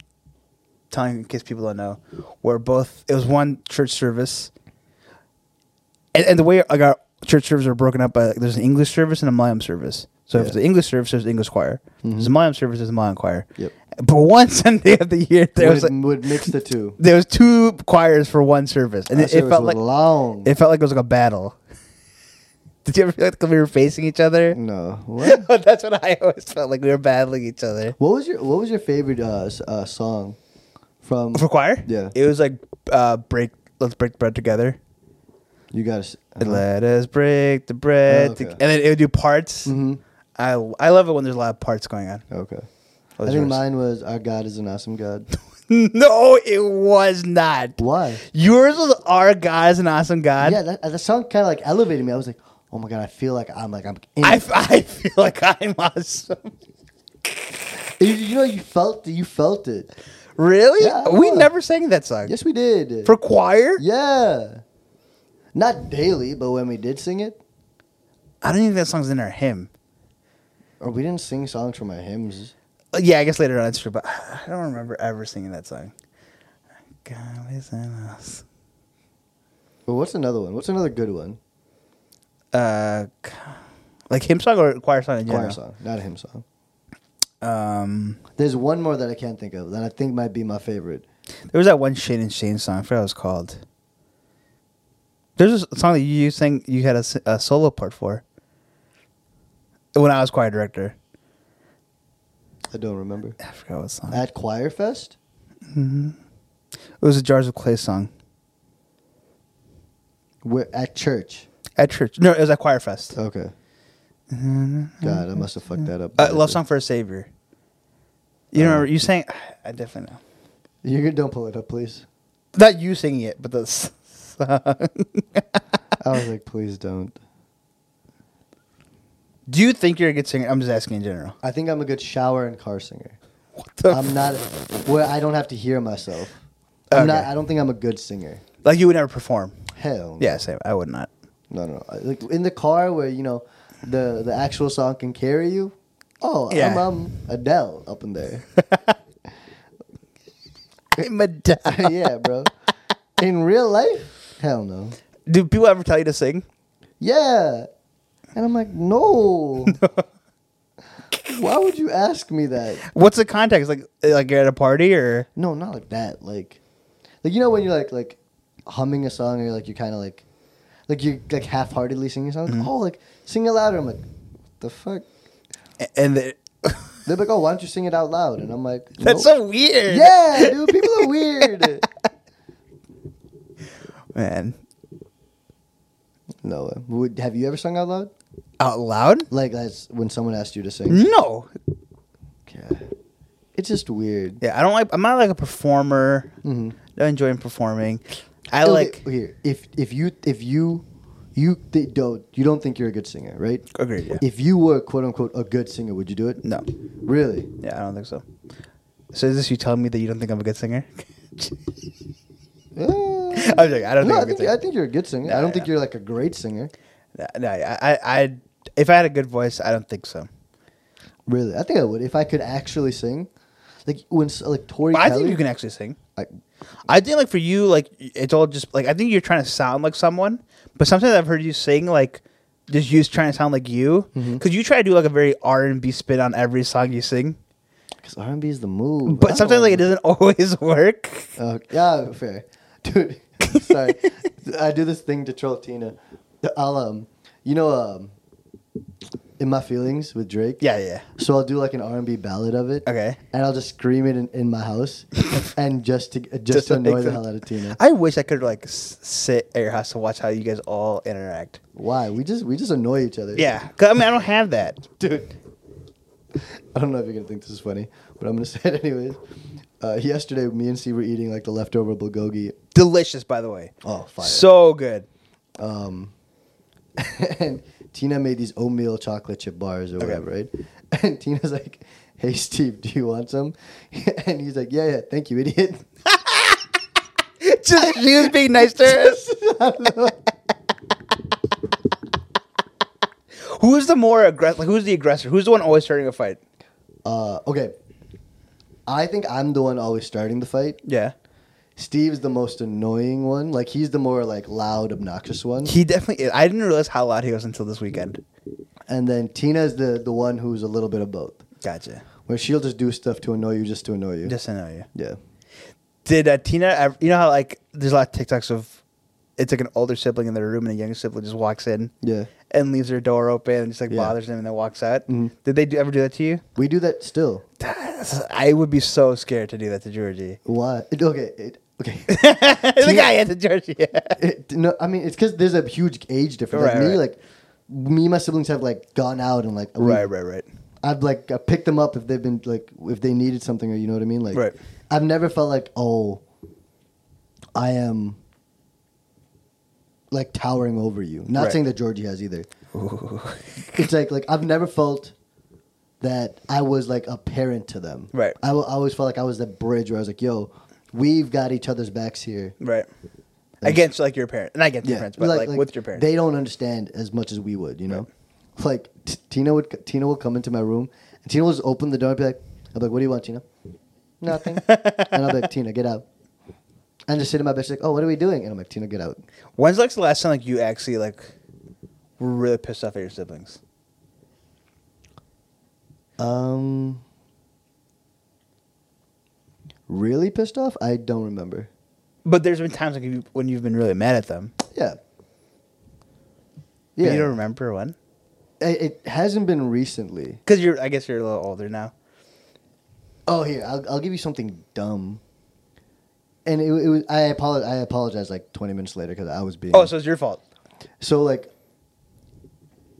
Speaker 2: telling you in case people don't know, where both it was one church service, and, and the way like our church services are broken up by like, there's an English service and a Malayam service.
Speaker 1: Yeah.
Speaker 2: So if
Speaker 1: Mm-hmm.
Speaker 2: it's the English service, there's English choir. If it's the Malayam service, there's the Malayam choir.
Speaker 1: Yep.
Speaker 2: But one Sunday of the year, there
Speaker 1: would,
Speaker 2: was like,
Speaker 1: would mix the two.
Speaker 2: there was two choirs for one service, and
Speaker 1: That
Speaker 2: it, it
Speaker 1: service
Speaker 2: felt
Speaker 1: was
Speaker 2: like
Speaker 1: long.
Speaker 2: it felt like it was like a battle. Did you ever feel like we were facing each other?
Speaker 1: no. What?
Speaker 2: That's what I always felt like we were battling each other.
Speaker 1: what was your What was your favorite uh, s- uh, song from?
Speaker 2: For choir?
Speaker 1: Yeah.
Speaker 2: It was like uh break let's break the bread together.
Speaker 1: You got to.
Speaker 2: And Let us break the
Speaker 1: Uh-huh.
Speaker 2: bread
Speaker 1: Oh, okay.
Speaker 2: to- and then it would do parts.
Speaker 1: hmm
Speaker 2: I I love it when there's a lot of parts going on.
Speaker 1: Okay. I
Speaker 2: What was
Speaker 1: think
Speaker 2: yours?
Speaker 1: mine was "Our God is an awesome God."
Speaker 2: no, it was not.
Speaker 1: Why?
Speaker 2: Yours was our God is an awesome God.
Speaker 1: yeah, that, that song kind of like elevated me. I was like, "Oh my god, I feel like I'm like I'm." In
Speaker 2: I,
Speaker 1: it."
Speaker 2: f- I feel like I'm awesome.
Speaker 1: you, you know, you felt you felt it.
Speaker 2: Really?
Speaker 1: Yeah, I
Speaker 2: we
Speaker 1: was.
Speaker 2: never sang that song.
Speaker 1: Yes, we did.
Speaker 2: For choir?
Speaker 1: Yeah. Not daily, but when we did sing it,
Speaker 2: I don't think that song's in our hymn.
Speaker 1: or we didn't sing songs from our hymns.
Speaker 2: Uh, Yeah, I guess later on it's true, but I don't remember ever singing that song. God is in us.
Speaker 1: Well, what's another one? What's another good one?
Speaker 2: Uh, c- like hymn song or choir song in
Speaker 1: Choir
Speaker 2: general.
Speaker 1: song, not a hymn song.
Speaker 2: Um,
Speaker 1: There's one more that I can't think of that I think might be my favorite.
Speaker 2: there was that one Shane and Shane song. I forgot what it was called. There's a song that you sang. You had a, s- a solo part for. When I was choir director,
Speaker 1: I don't remember.
Speaker 2: I forgot what song.
Speaker 1: At Choir Fest?
Speaker 2: hmm It was a Jars of Clay song
Speaker 1: Where, at church.
Speaker 2: at church. No, it was at Choir Fest.
Speaker 1: Okay.
Speaker 2: God,
Speaker 1: Oh. God, I must have fucked that up.
Speaker 2: Uh, love song for a savior. You
Speaker 1: Uh,
Speaker 2: remember you sang? I definitely know.
Speaker 1: You can- don't pull it up, please.
Speaker 2: Not you singing it, but the s- song.
Speaker 1: I was like, please don't.
Speaker 2: Do you think you're a good singer? I'm just asking in general. Um,
Speaker 1: I think I'm a good shower and car singer.
Speaker 2: What the?
Speaker 1: I'm
Speaker 2: f-
Speaker 1: not. Well, I don't have to hear myself. I'm not.
Speaker 2: Okay.
Speaker 1: I don't think I'm a good singer.
Speaker 2: like you would never perform.
Speaker 1: Hell. no.
Speaker 2: Yeah, same. I would not.
Speaker 1: No, no. no. Like in the car where you know the the actual song can carry you. Oh, I'm,
Speaker 2: Yeah.
Speaker 1: I'm Adele up in there.
Speaker 2: I'm a d-
Speaker 1: yeah, bro. In real life, hell no.
Speaker 2: Do people ever tell you to sing?
Speaker 1: Yeah. And I'm like, no. Why would you ask me that?
Speaker 2: What's the context? Like, uh, like you're at a party or?
Speaker 1: No, not like that. Like, like you know when you're like like humming a song or like you're kind of like like you're like half-heartedly singing a song.
Speaker 2: Mm-hmm.
Speaker 1: Like, oh, like sing it louder. I'm like, what the fuck.
Speaker 2: a- And the,
Speaker 1: They're like, oh, why don't you sing it out loud? And I'm like,
Speaker 2: that's
Speaker 1: nope.
Speaker 2: so weird.
Speaker 1: yeah, dude. People are weird.
Speaker 2: Man,
Speaker 1: no, way. would have you ever sung out loud?
Speaker 2: out loud?
Speaker 1: Like that's when someone asked you to sing.
Speaker 2: No. Mm-hmm.
Speaker 1: Okay. It's just weird.
Speaker 2: Yeah, I don't like. I'm not like a performer.
Speaker 1: hmm
Speaker 2: Don't enjoy performing. I
Speaker 1: Okay,
Speaker 2: like.
Speaker 1: here if if you if you you th- don't you don't think you're a good singer, right?
Speaker 2: Agreed. Yeah.
Speaker 1: If you were quote unquote a good singer, would you do it?
Speaker 2: No.
Speaker 1: Really?
Speaker 2: Yeah, I don't think so. So is this you telling me that you don't think I'm a good singer?
Speaker 1: Uh,
Speaker 2: I'm joking. I don't
Speaker 1: no,
Speaker 2: think
Speaker 1: I
Speaker 2: I'm
Speaker 1: think
Speaker 2: a good
Speaker 1: I
Speaker 2: singer.
Speaker 1: think you're a good singer.
Speaker 2: No,
Speaker 1: I don't
Speaker 2: yeah.
Speaker 1: think you're like a great singer.
Speaker 2: no, I, I, I, if I had a good voice, I don't think so.
Speaker 1: Really? I think I would if I could actually sing. Like when s- like Tori
Speaker 2: But I
Speaker 1: Kelly.
Speaker 2: think you can actually sing.
Speaker 1: I-
Speaker 2: I think like for you, like it's all just like I think you're trying to sound like someone. But sometimes I've heard you sing like just you trying to sound like you because you try to do like a very R and B spin on every song you sing.
Speaker 1: Because R and B is the move.
Speaker 2: But sometimes like it doesn't always work.
Speaker 1: Uh, yeah, fair, dude. sorry, I do this thing to troll Tina. I'll um, you know um, in my feelings with Drake.
Speaker 2: Yeah, yeah.
Speaker 1: So I'll do like an R and B ballad of it.
Speaker 2: Okay.
Speaker 1: And I'll just scream it in, in my house, and just to just,
Speaker 2: Just
Speaker 1: to
Speaker 2: to make
Speaker 1: annoy the
Speaker 2: them-
Speaker 1: hell out of Tina.
Speaker 2: I wish I could like s- sit at your house to watch how you guys all interact.
Speaker 1: Why? We just we just annoy each other.
Speaker 2: Yeah, 'Cause, I mean I don't have that.
Speaker 1: dude. I don't know if you're gonna think this is funny, but I'm gonna say it anyways. Uh, yesterday, me and C were eating like the leftover bulgogi.
Speaker 2: Delicious, by the way.
Speaker 1: Oh, fire!
Speaker 2: So good.
Speaker 1: um, and Tina made these oatmeal chocolate chip bars or whatever, right? And Tina's like, "Hey Steve, do you want some?" And he's like, "Yeah, yeah, thank you, idiot."
Speaker 2: Just she was being nice to her. Who's the more aggressive? Like, who's the aggressor? Who's the one always starting a fight?
Speaker 1: Uh, okay, I think I'm the one always starting the fight.
Speaker 2: Yeah,
Speaker 1: Steve's the most annoying one. Like he's the more like loud, obnoxious one.
Speaker 2: he definitely. Is. I didn't realize how loud he was until this weekend.
Speaker 1: And then Tina's the the one who's a little bit of both,
Speaker 2: Gotcha.
Speaker 1: where she'll just do stuff to annoy you, just to annoy you.
Speaker 2: Just to know you.
Speaker 1: yeah.
Speaker 2: Did uh, Tina? ever- You know how like there's a lot of TikToks of it's like an older sibling in their room and a younger sibling just walks in.
Speaker 1: Yeah.
Speaker 2: And leaves their door open and just like
Speaker 1: Yeah.
Speaker 2: bothers them and then walks out.
Speaker 1: Mhm.
Speaker 2: Did they do, ever do that to you?
Speaker 1: We do that still.
Speaker 2: I would be so scared to do that to Georgie.
Speaker 1: Why? Okay. It, okay.
Speaker 2: the guy at the Georgie.
Speaker 1: It, no, I mean it's because there's a huge age difference. Like
Speaker 2: Right,
Speaker 1: me,
Speaker 2: right.
Speaker 1: like me, and my siblings have like gone out and like we-
Speaker 2: Right, right, right.
Speaker 1: I've like I picked them up if they've been like if they needed something or you know what I mean. Like
Speaker 2: Right.
Speaker 1: I've never felt like oh, I am like towering over you. Not
Speaker 2: Right.
Speaker 1: saying that Georgie has either.
Speaker 2: Ooh.
Speaker 1: It's like like I've never felt that I was like a parent to them.
Speaker 2: Right.
Speaker 1: I, w- I always felt like I was the bridge where I was like, yo, we've got each other's backs here.
Speaker 2: Right. Against like your parents, not against your parents, but like, with your parents.
Speaker 1: They don't understand as much as we would, you know. Like t- Tina would, c- Tina will come into my room, and Tina will just open the door and be like, "I'm like, what do you want, Tina? Nothing." and I'll be like, "Tina, get out." And just sit in my bed. She's like, "Oh, what are we doing?" And I'm like, "Tina, get out."
Speaker 2: When's like the last time like you actually like were really pissed off at your siblings?
Speaker 1: Um, really pissed off? I don't remember.
Speaker 2: But there's been times like you, when you've been really mad at them.
Speaker 1: Yeah.
Speaker 2: Yeah.
Speaker 1: Yeah.
Speaker 2: you don't remember when?
Speaker 1: it, it hasn't been recently.
Speaker 2: Because you're, I guess you're a little older now.
Speaker 1: Oh, here I'll, I'll give you something dumb. And it, it was I apologize. I apologize like 20 minutes later because I was being
Speaker 2: Oh, so it's your fault.
Speaker 1: So like,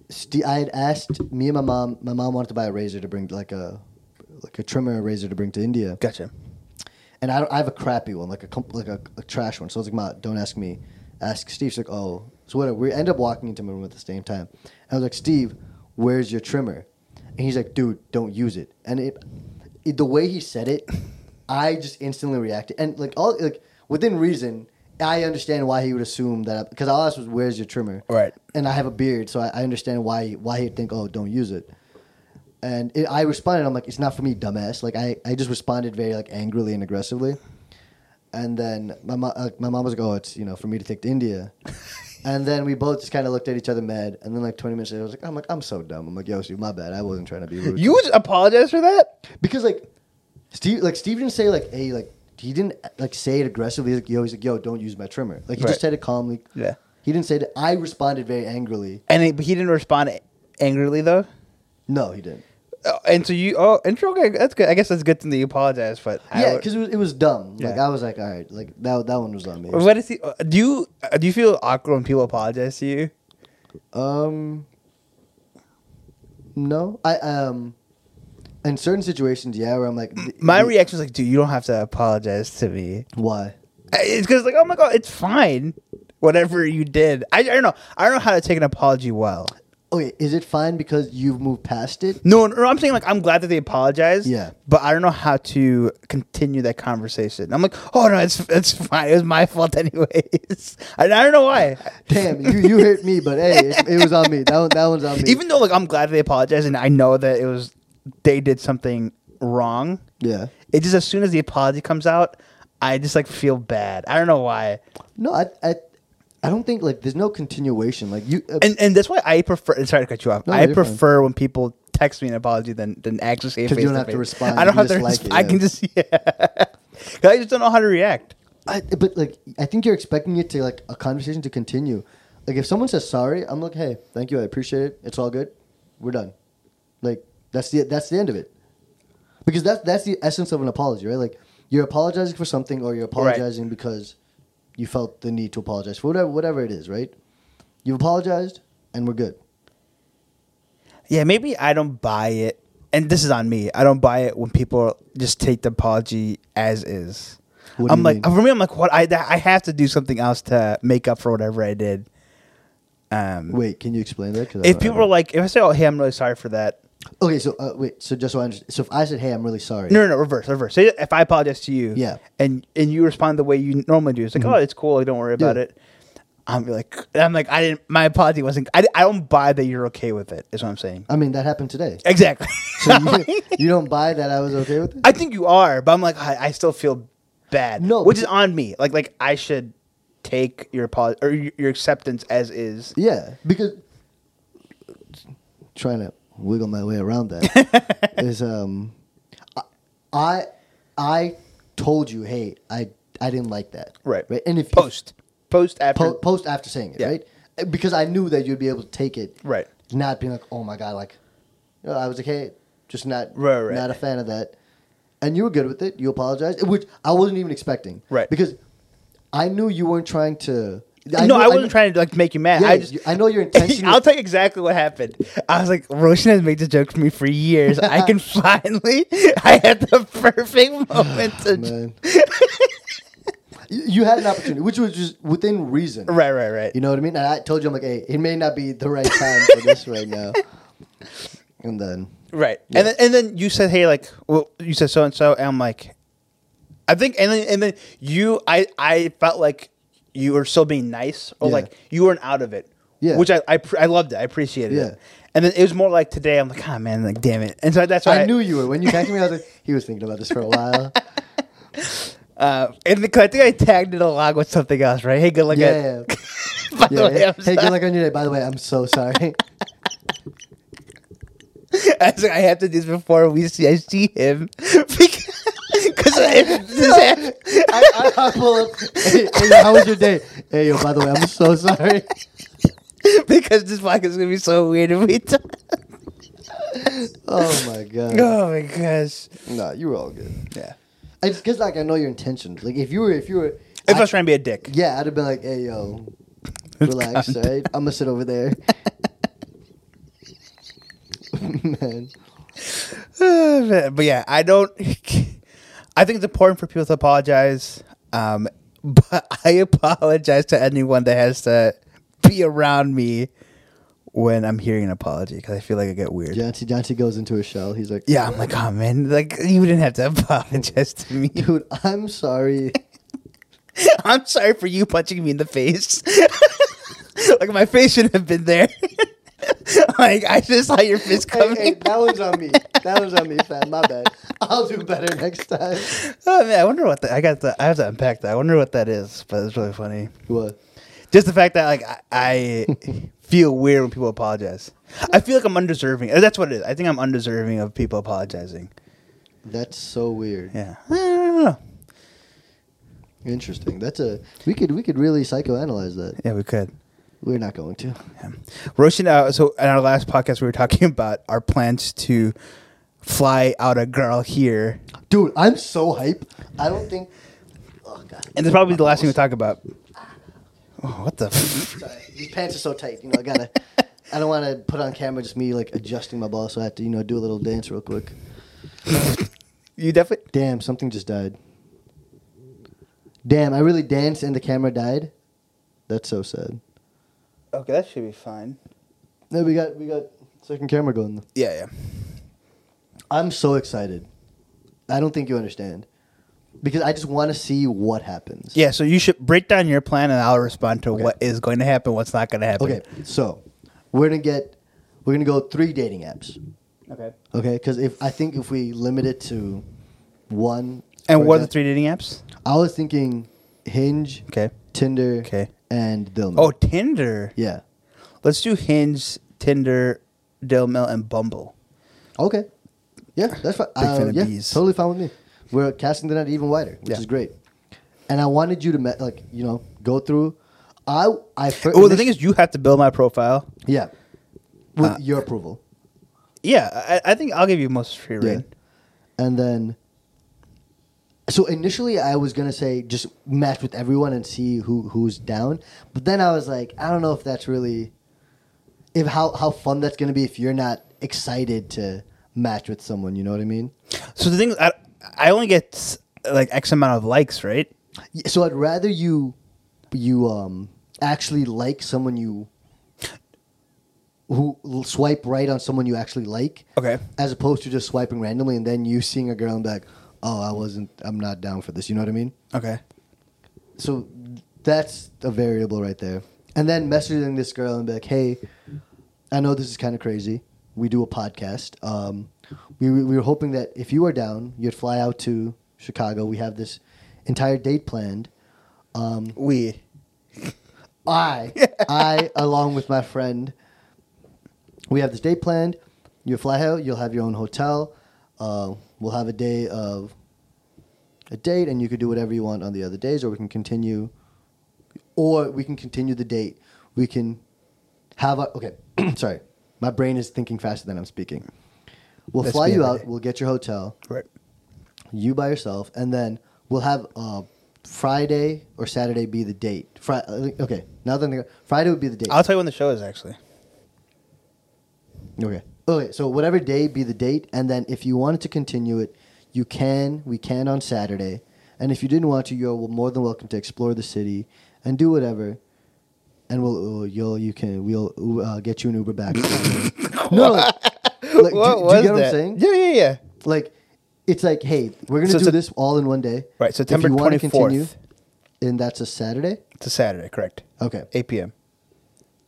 Speaker 1: Ste I had asked me and my mom. My mom wanted to buy a razor to bring like a like a trimmer and razor to bring to India.
Speaker 2: Gotcha.
Speaker 1: And I, don't- I have a crappy one, like a comp- like a, a trash one. So I was like, Ma, don't ask me. Ask Steve. She's like, oh, so whatever. We end up walking into my room at the same time. And I was like, Steve, where's your trimmer? And he's like, dude, don't use it. And it, it the way he said it, I just instantly reacted. And like all like within reason, I understand why he would assume that because all I asked was, where's your trimmer?
Speaker 2: Right.
Speaker 1: and I have a beard, so I, I understand why why he'd think, oh, don't use it. And it, I responded, I'm like, it's not for me, dumbass. Like I, I just responded very like angrily and aggressively. And then my mom, like, my mom was like, oh, it's you know for me to take to India. and then we both just kind of looked at each other mad. And then like 20 minutes later, I was like, I'm like, I'm so dumb. I'm like, yo, Steve, my bad. I wasn't trying to be rude.
Speaker 2: You would apologize for that?
Speaker 1: because like Steve, like Steve didn't say like, hey, like he didn't like say it aggressively. He's like, yo, he's like, yo, don't use my trimmer. Like he
Speaker 2: Right.
Speaker 1: just said it calmly.
Speaker 2: Yeah.
Speaker 1: He didn't say that. I responded very angrily.
Speaker 2: And it, he didn't respond angrily though.
Speaker 1: No, he didn't.
Speaker 2: Oh, and so you, oh, intro. Okay, that's good. I guess that's a good thing that you apologize, but I
Speaker 1: Yeah,
Speaker 2: would-
Speaker 1: because it was, it was dumb. Like
Speaker 2: Yeah.
Speaker 1: I was like, all right, like that that one was on me.
Speaker 2: What is he, uh, do you uh, do you feel awkward when people apologize to you?
Speaker 1: Um, no, I um, in certain situations, yeah, where I'm like, th-
Speaker 2: My
Speaker 1: th-
Speaker 2: reaction is like, dude, you don't have to apologize to me.
Speaker 1: why?
Speaker 2: I- It's because like, oh my god, it's fine. Whatever you did, I, I don't know. I don't know how to take an apology well.
Speaker 1: Okay, is it fine because you've moved past it?
Speaker 2: No, no, I'm saying like I'm glad that they apologized.
Speaker 1: Yeah.
Speaker 2: but I don't know how to continue that conversation. I'm like, oh no, it's it's fine. It was my fault anyways. I, I don't know why.
Speaker 1: Damn, you you hurt me, but hey, it, it was on me. That one that one's on me.
Speaker 2: Even though like I'm glad they apologized and I know that it was they did something wrong.
Speaker 1: yeah,
Speaker 2: It just as soon as the apology comes out, I just like feel bad. I don't know why.
Speaker 1: no, I I, I don't think like there's no continuation. Like you, uh,
Speaker 2: And and that's why I prefer sorry to cut you off.
Speaker 1: No,
Speaker 2: I
Speaker 1: you're fine.
Speaker 2: prefer when people text me an apology than than actually say it
Speaker 1: 'Cause you don't
Speaker 2: face
Speaker 1: have to
Speaker 2: face.
Speaker 1: respond,
Speaker 2: I don't
Speaker 1: you
Speaker 2: have to
Speaker 1: just like
Speaker 2: resp-
Speaker 1: it,
Speaker 2: I
Speaker 1: yeah.
Speaker 2: can just yeah. 'Cause I just don't know how to react.
Speaker 1: I, but like I think you're expecting it to like a conversation to continue. Like if someone says sorry, I'm like, hey, thank you, I appreciate it. It's all good. We're done. Like that's the that's the end of it. Because that's that's the essence of an apology, right? Like you're apologizing for something or you're apologizing because you felt the need to apologize for whatever whatever it is, right? You've apologized and we're good.
Speaker 2: Yeah, maybe I don't buy it. And this is on me. I don't buy it when people just take the apology as is.
Speaker 1: What do
Speaker 2: I'm
Speaker 1: you
Speaker 2: like
Speaker 1: mean?
Speaker 2: for me, I'm like what I I have to do something else to make up for whatever I did. Um,
Speaker 1: Wait, uh, can you explain that? 'Cause I
Speaker 2: if
Speaker 1: don't- I
Speaker 2: people
Speaker 1: don't-
Speaker 2: are like, if I say, "Oh, hey, I'm really sorry for that,"
Speaker 1: okay, so uh, wait, so just so I understand, so if I said, hey, I'm really sorry,
Speaker 2: No, no, no, reverse, reverse. Say if I apologize to you,
Speaker 1: Yeah. Mm-hmm.
Speaker 2: and and you respond the way you normally do, it's like, oh, it's cool, like, don't worry about
Speaker 1: Yeah.
Speaker 2: it. I'm like, I'm like, I didn't. My apology wasn't. I, I don't buy that you're okay with it. Is what I'm saying.
Speaker 1: I mean that happened today.
Speaker 2: Exactly.
Speaker 1: So you, you don't buy that I was okay with it?
Speaker 2: I think you are, but I'm like, I, I still feel bad.
Speaker 1: No,
Speaker 2: which is
Speaker 1: but-
Speaker 2: on me. Like, like I should take your apology or your your acceptance as is.
Speaker 1: Yeah, because trying to wiggle my way around that is um, I I told you, hey, I I didn't like that,
Speaker 2: Right.
Speaker 1: Right, and if
Speaker 2: Post, post after.
Speaker 1: po- post after saying it,
Speaker 2: Yeah.
Speaker 1: right? Because I knew that you'd be able to take it,
Speaker 2: Right.
Speaker 1: Not being like, oh my god, like, you know, I was like, hey, just not,
Speaker 2: Right, right.
Speaker 1: not a fan of that. And you were good with it. You apologized, which I wasn't even expecting,
Speaker 2: Right.
Speaker 1: Because I knew you weren't trying to.
Speaker 2: no,
Speaker 1: knew-
Speaker 2: I wasn't
Speaker 1: knew-
Speaker 2: trying to like make you mad.
Speaker 1: Yeah,
Speaker 2: I just
Speaker 1: you- I know your intention
Speaker 2: I'll
Speaker 1: was-
Speaker 2: tell you exactly what happened. I was like, Roshan has made this joke for me for years. I can finally. I had the perfect moment to.
Speaker 1: man. you you had an opportunity, which was just within reason.
Speaker 2: Right, right, right.
Speaker 1: You know what I mean? And I told you, I'm like, hey, it may not be the right time for this right now. And then,
Speaker 2: Right. And then and then you said, hey, like, well, you said so and so, and I'm like, I think, and then and then you, I I felt like you were still being nice, or
Speaker 1: Yeah.
Speaker 2: like you weren't out of it.
Speaker 1: Yeah.
Speaker 2: Which I I, pr- I loved it. I appreciated
Speaker 1: Yeah.
Speaker 2: it. And then it was more like today. I'm like, ah, man, like, damn it. And so that's why
Speaker 1: I knew you were. When you texted me, I was like, he was thinking about this for a while.
Speaker 2: Uh, and the, 'cause I think I tagged it along with something else, right? Hey, good luck. at-
Speaker 1: yeah, yeah.
Speaker 2: By the
Speaker 1: yeah,
Speaker 2: way, I'm
Speaker 1: hey,
Speaker 2: sorry.
Speaker 1: good luck on your day. By the way, I'm so sorry.
Speaker 2: I was like, I have to do this before we see. I see him because if this happens,
Speaker 1: I, I, I pull up. Hey, hey, yo, how was your day? Hey, yo, by the way, I'm so sorry.
Speaker 2: because this podcast is gonna be so weird if we talk.
Speaker 1: Oh my god.
Speaker 2: Oh my gosh!
Speaker 1: Nah, you were all good.
Speaker 2: Yeah.
Speaker 1: It's because like I know your intentions. Like if you were, if you were,
Speaker 2: If I,
Speaker 1: I-
Speaker 2: was trying to be a dick,
Speaker 1: yeah, I'd have been like, hey, yo, relax, all right? I'm gonna sit over there. Man,
Speaker 2: Uh, but but yeah, I don't. I think it's important for people to apologize. Um, but I apologize to anyone that has to be around me when I'm hearing an apology because I feel like I get weird. Yeah.
Speaker 1: Jaunty Jaunty goes into a shell. He's like,
Speaker 2: I'm like, oh man, like you didn't have to apologize to me.
Speaker 1: dude, I'm sorry.
Speaker 2: I'm sorry for you punching me in the face. like my face shouldn't have been there. like I just saw your fist
Speaker 1: Hey,
Speaker 2: coming.
Speaker 1: hey, that one's on me. That one's on me, fam. My bad. I'll do better next time.
Speaker 2: Oh man, I wonder what the, I got. The, I have to unpack that. I wonder what that is, but it's really funny.
Speaker 1: What?
Speaker 2: Just the fact that like I, I feel weird when people apologize. I feel like I'm undeserving. Uh, That's what it is. I think I'm undeserving of people apologizing.
Speaker 1: That's so weird.
Speaker 2: Yeah. I don't know.
Speaker 1: Interesting. That's a we could we could really psychoanalyze that.
Speaker 2: Yeah, we could.
Speaker 1: We're not going to.
Speaker 2: Yeah. Roshan, uh, so in our last podcast, we were talking about our plans to fly out a girl here,
Speaker 1: Dude, I'm so hype. I don't think. Oh god.
Speaker 2: and that's probably the last thing we talk about. Oh, what the? F-
Speaker 1: Sorry, these pants are so tight. You know, I gotta. I don't want to put on camera just me like adjusting my ball, so I have to you know do a little dance real quick.
Speaker 2: you definitely.
Speaker 1: Damn, something just died. Damn, I really danced and the camera died. That's so sad.
Speaker 2: Okay, that should be fine.
Speaker 1: No, we got we got second camera going.
Speaker 2: Yeah, yeah.
Speaker 1: I'm so excited. I don't think you understand, because I just want to see what happens.
Speaker 2: Yeah, so you should break down your plan and I'll respond to
Speaker 1: Okay.
Speaker 2: what is going to happen, what's not going to happen.
Speaker 1: Okay, so we're gonna get we're gonna go three dating apps.
Speaker 2: Okay.
Speaker 1: Okay, because if I think if we limit it to one,
Speaker 2: And
Speaker 1: for
Speaker 2: what are the
Speaker 1: example-
Speaker 2: three dating apps?
Speaker 1: I was thinking Hinge,
Speaker 2: Okay.
Speaker 1: Tinder,
Speaker 2: Okay.
Speaker 1: and Dilma.
Speaker 2: Oh, Tinder.
Speaker 1: yeah.
Speaker 2: Let's do Hinge, Tinder, Dill Mill, and Bumble.
Speaker 1: Okay. Yeah, that's fine.
Speaker 2: Big
Speaker 1: Uh,
Speaker 2: fan of
Speaker 1: yeah,
Speaker 2: bees.
Speaker 1: totally fine with me. We're casting the net even wider, which
Speaker 2: Yeah.
Speaker 1: is great. And I wanted you to me- like you know go through. I I first.
Speaker 2: Oh, the thing is, you have to build my profile.
Speaker 1: yeah, with
Speaker 2: Uh,
Speaker 1: your approval.
Speaker 2: Yeah, I, I think I'll give you most free
Speaker 1: Yeah.
Speaker 2: reign.
Speaker 1: And then so initially I was gonna say just match with everyone and see who who's down. But then I was like, I don't know if that's really if how how fun that's gonna be if you're not excited to match with someone, you know what I mean?
Speaker 2: So the thing is, I, I only get like X amount of likes, right?
Speaker 1: Y- So I'd rather you you um actually like someone you who l- swipe right on someone you actually like.
Speaker 2: Okay.
Speaker 1: As opposed to just swiping randomly and then you seeing a girl and be like, Oh, I wasn't I'm not down for this, you know what I mean?
Speaker 2: Okay.
Speaker 1: so that's a variable right there. And then messaging this girl and be like, "Hey, I know this is kind of crazy. We do a podcast. Um, we we were hoping that if you are down, you'd fly out to Chicago. We have this entire date planned. Um,
Speaker 2: We.
Speaker 1: I I along with my friend, we have this date planned. You fly out. You'll have your own hotel. Uh, we'll have a day of a date, and you could do whatever you want on the other days, or we can continue, or we can continue the date. We can have a okay. sorry, my brain is thinking faster than I'm speaking. We'll
Speaker 2: That's
Speaker 1: fly
Speaker 2: me
Speaker 1: you
Speaker 2: every
Speaker 1: out.
Speaker 2: day.
Speaker 1: We'll get your hotel
Speaker 2: Right.
Speaker 1: you by yourself, and then we'll have uh, Friday or Saturday be the date. Fri- uh, okay, now then the- Friday would be the date.
Speaker 2: I'll tell you when the show is actually.
Speaker 1: okay, okay. So whatever day be the date, and then if you wanted to continue it, you can. We can on Saturday, and if you didn't want to, you're more than welcome to explore the city and do whatever. And we'll uh, you'll you can we'll uh, get you an Uber back. no, like, like, do- do,
Speaker 2: What was
Speaker 1: you get what
Speaker 2: that?
Speaker 1: I'm saying?
Speaker 2: Yeah, yeah, yeah.
Speaker 1: Like, it's like, hey, we're gonna
Speaker 2: So
Speaker 1: do
Speaker 2: Sep-
Speaker 1: this all in one day.
Speaker 2: Right,
Speaker 1: If
Speaker 2: September
Speaker 1: you wanna
Speaker 2: 24th.
Speaker 1: and that's a Saturday.
Speaker 2: It's a Saturday, correct?
Speaker 1: Okay,
Speaker 2: 8 p.m.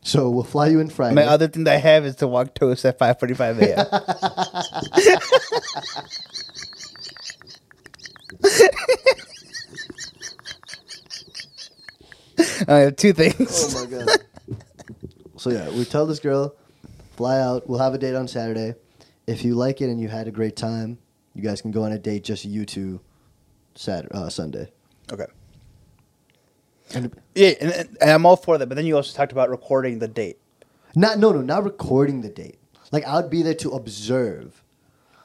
Speaker 1: so we'll fly you in Friday.
Speaker 2: My other thing that I have is to walk toast at 5:45 a.m. Uh, two things.
Speaker 1: Oh my god. so yeah, we tell this girl, fly out. We'll have a date on Saturday. If you like it and you had a great time, you guys can go on a date just you two, Saturday, uh, Sunday.
Speaker 2: okay.
Speaker 1: And
Speaker 2: Yeah, and, and I'm all for that. But then you also talked about recording the date.
Speaker 1: not no no not recording the date. Like I would be there to observe.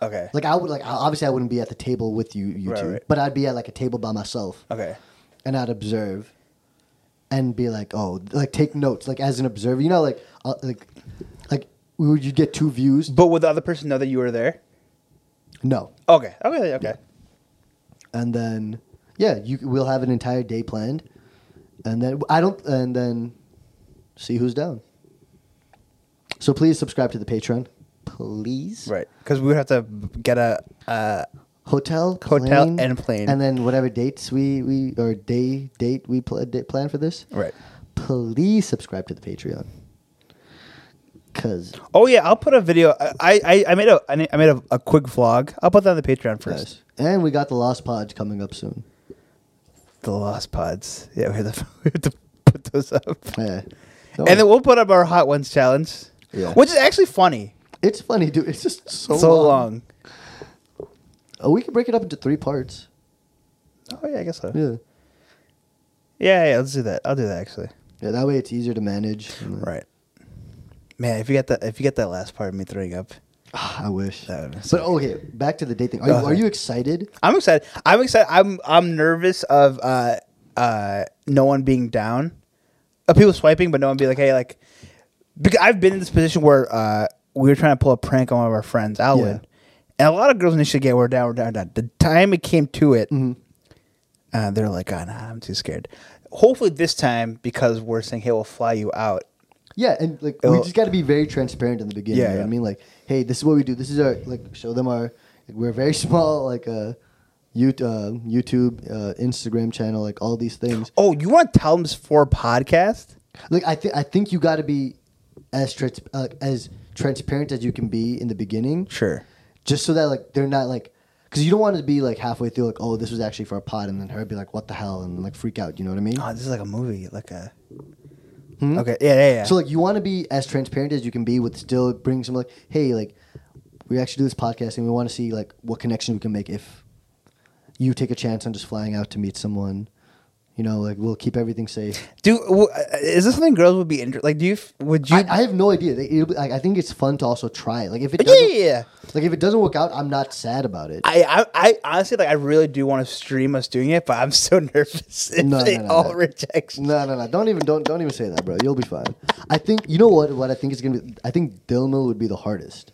Speaker 2: Okay.
Speaker 1: Like I would like obviously I wouldn't be at the table with you you
Speaker 2: Right,
Speaker 1: two,
Speaker 2: right.
Speaker 1: but I'd be at like a table by myself.
Speaker 2: okay.
Speaker 1: and I'd observe and be like, oh, like take notes, like as an observer, you know, like uh, like like would you get two views?
Speaker 2: But would the other person know that you were there?
Speaker 1: No,
Speaker 2: Okay. Okay. Okay.
Speaker 1: and then yeah, you we'll have an entire day planned, and then I don't, and then see who's down. So please subscribe to the Patreon, please.
Speaker 2: Right. Because we would have to get a. Uh,
Speaker 1: Hotel,
Speaker 2: Hotel and plane.
Speaker 1: and then whatever dates we we or day date we pl- date plan for this.
Speaker 2: right.
Speaker 1: Please subscribe to the Patreon, cause
Speaker 2: Oh yeah, I'll put a video. I I, I made a I made a, a quick vlog. I'll put that on the Patreon first.
Speaker 1: Yes. And we got the Lost Pods coming up soon.
Speaker 2: The Lost Pods. Yeah, we have to, we have to put those up.
Speaker 1: Yeah.
Speaker 2: And then we'll put up our Hot Ones challenge,
Speaker 1: Yeah.
Speaker 2: which is actually funny.
Speaker 1: it's funny, dude. It's just so,
Speaker 2: So,
Speaker 1: long.
Speaker 2: long.
Speaker 1: Oh, we can break it up into three parts.
Speaker 2: Oh yeah, I guess so. Yeah.
Speaker 1: Yeah.
Speaker 2: yeah, let's do that. I'll do that actually.
Speaker 1: Yeah, that way it's easier to manage. And then-
Speaker 2: Right. Man, if you get that, if you get that last part of me throwing up,
Speaker 1: Ah, I wish.
Speaker 2: That would've been
Speaker 1: But okay, back to the date thing. Are, you,
Speaker 2: Go
Speaker 1: are
Speaker 2: ahead.
Speaker 1: you excited?
Speaker 2: I'm excited. I'm excited. I'm I'm nervous of uh uh no one being down, of people swiping, but no one be like, hey, like, because I've been in this position where uh we were trying to pull a prank on one of our friends, Alwyn, and a lot of girls initially get we're down, we're down, down. The time it came to it,
Speaker 1: Mm-hmm.
Speaker 2: uh, they're like, oh, nah, I'm too scared. Hopefully this time, because we're saying, hey, we'll fly you out.
Speaker 1: Yeah, and like we
Speaker 2: Well-
Speaker 1: just got to be very transparent in the beginning.
Speaker 2: Yeah,
Speaker 1: you know
Speaker 2: yeah.
Speaker 1: what I mean, like, hey, this is what we do. This is our like show them our. Like, we're very small, like uh, YouTube, uh, YouTube, uh, Instagram channel, like all these things.
Speaker 2: Oh, you want to tell them this for a podcast?
Speaker 1: Like I think I think you got to be as trans- uh, as transparent as you can be in the beginning,
Speaker 2: Sure.
Speaker 1: just so that like they're not like because you don't want to be like halfway through like oh this was actually for a pod and then her be like what the hell and like freak out you know what I mean?
Speaker 2: Oh, this is like a movie, like a.
Speaker 1: Hmm?
Speaker 2: Okay. Yeah, yeah, yeah.
Speaker 1: So like you want to be as transparent as you can be with still bringing some like hey like we actually do this podcast and we want to see like what connection we can make if you take a chance on just flying out to meet someone. You know, like we'll keep everything safe.
Speaker 2: Do w- uh, is this something girls would be interested? Like, do you f- would you?
Speaker 1: I, I have no idea. They- it'll be- like, I think it's fun to also try. it. Like if it
Speaker 2: yeah,
Speaker 1: doesn't-
Speaker 2: yeah, yeah.
Speaker 1: Like if it doesn't work out, I'm not sad about it.
Speaker 2: I, I, I honestly like. I really do want to stream us doing it, but I'm so nervous if
Speaker 1: No, no,
Speaker 2: they
Speaker 1: no,
Speaker 2: all
Speaker 1: no.
Speaker 2: reject.
Speaker 1: No, no, no. Don't even don't don't even say that, bro. You'll be fine. I think you know what what I think is gonna be. I think Dilma would be the hardest.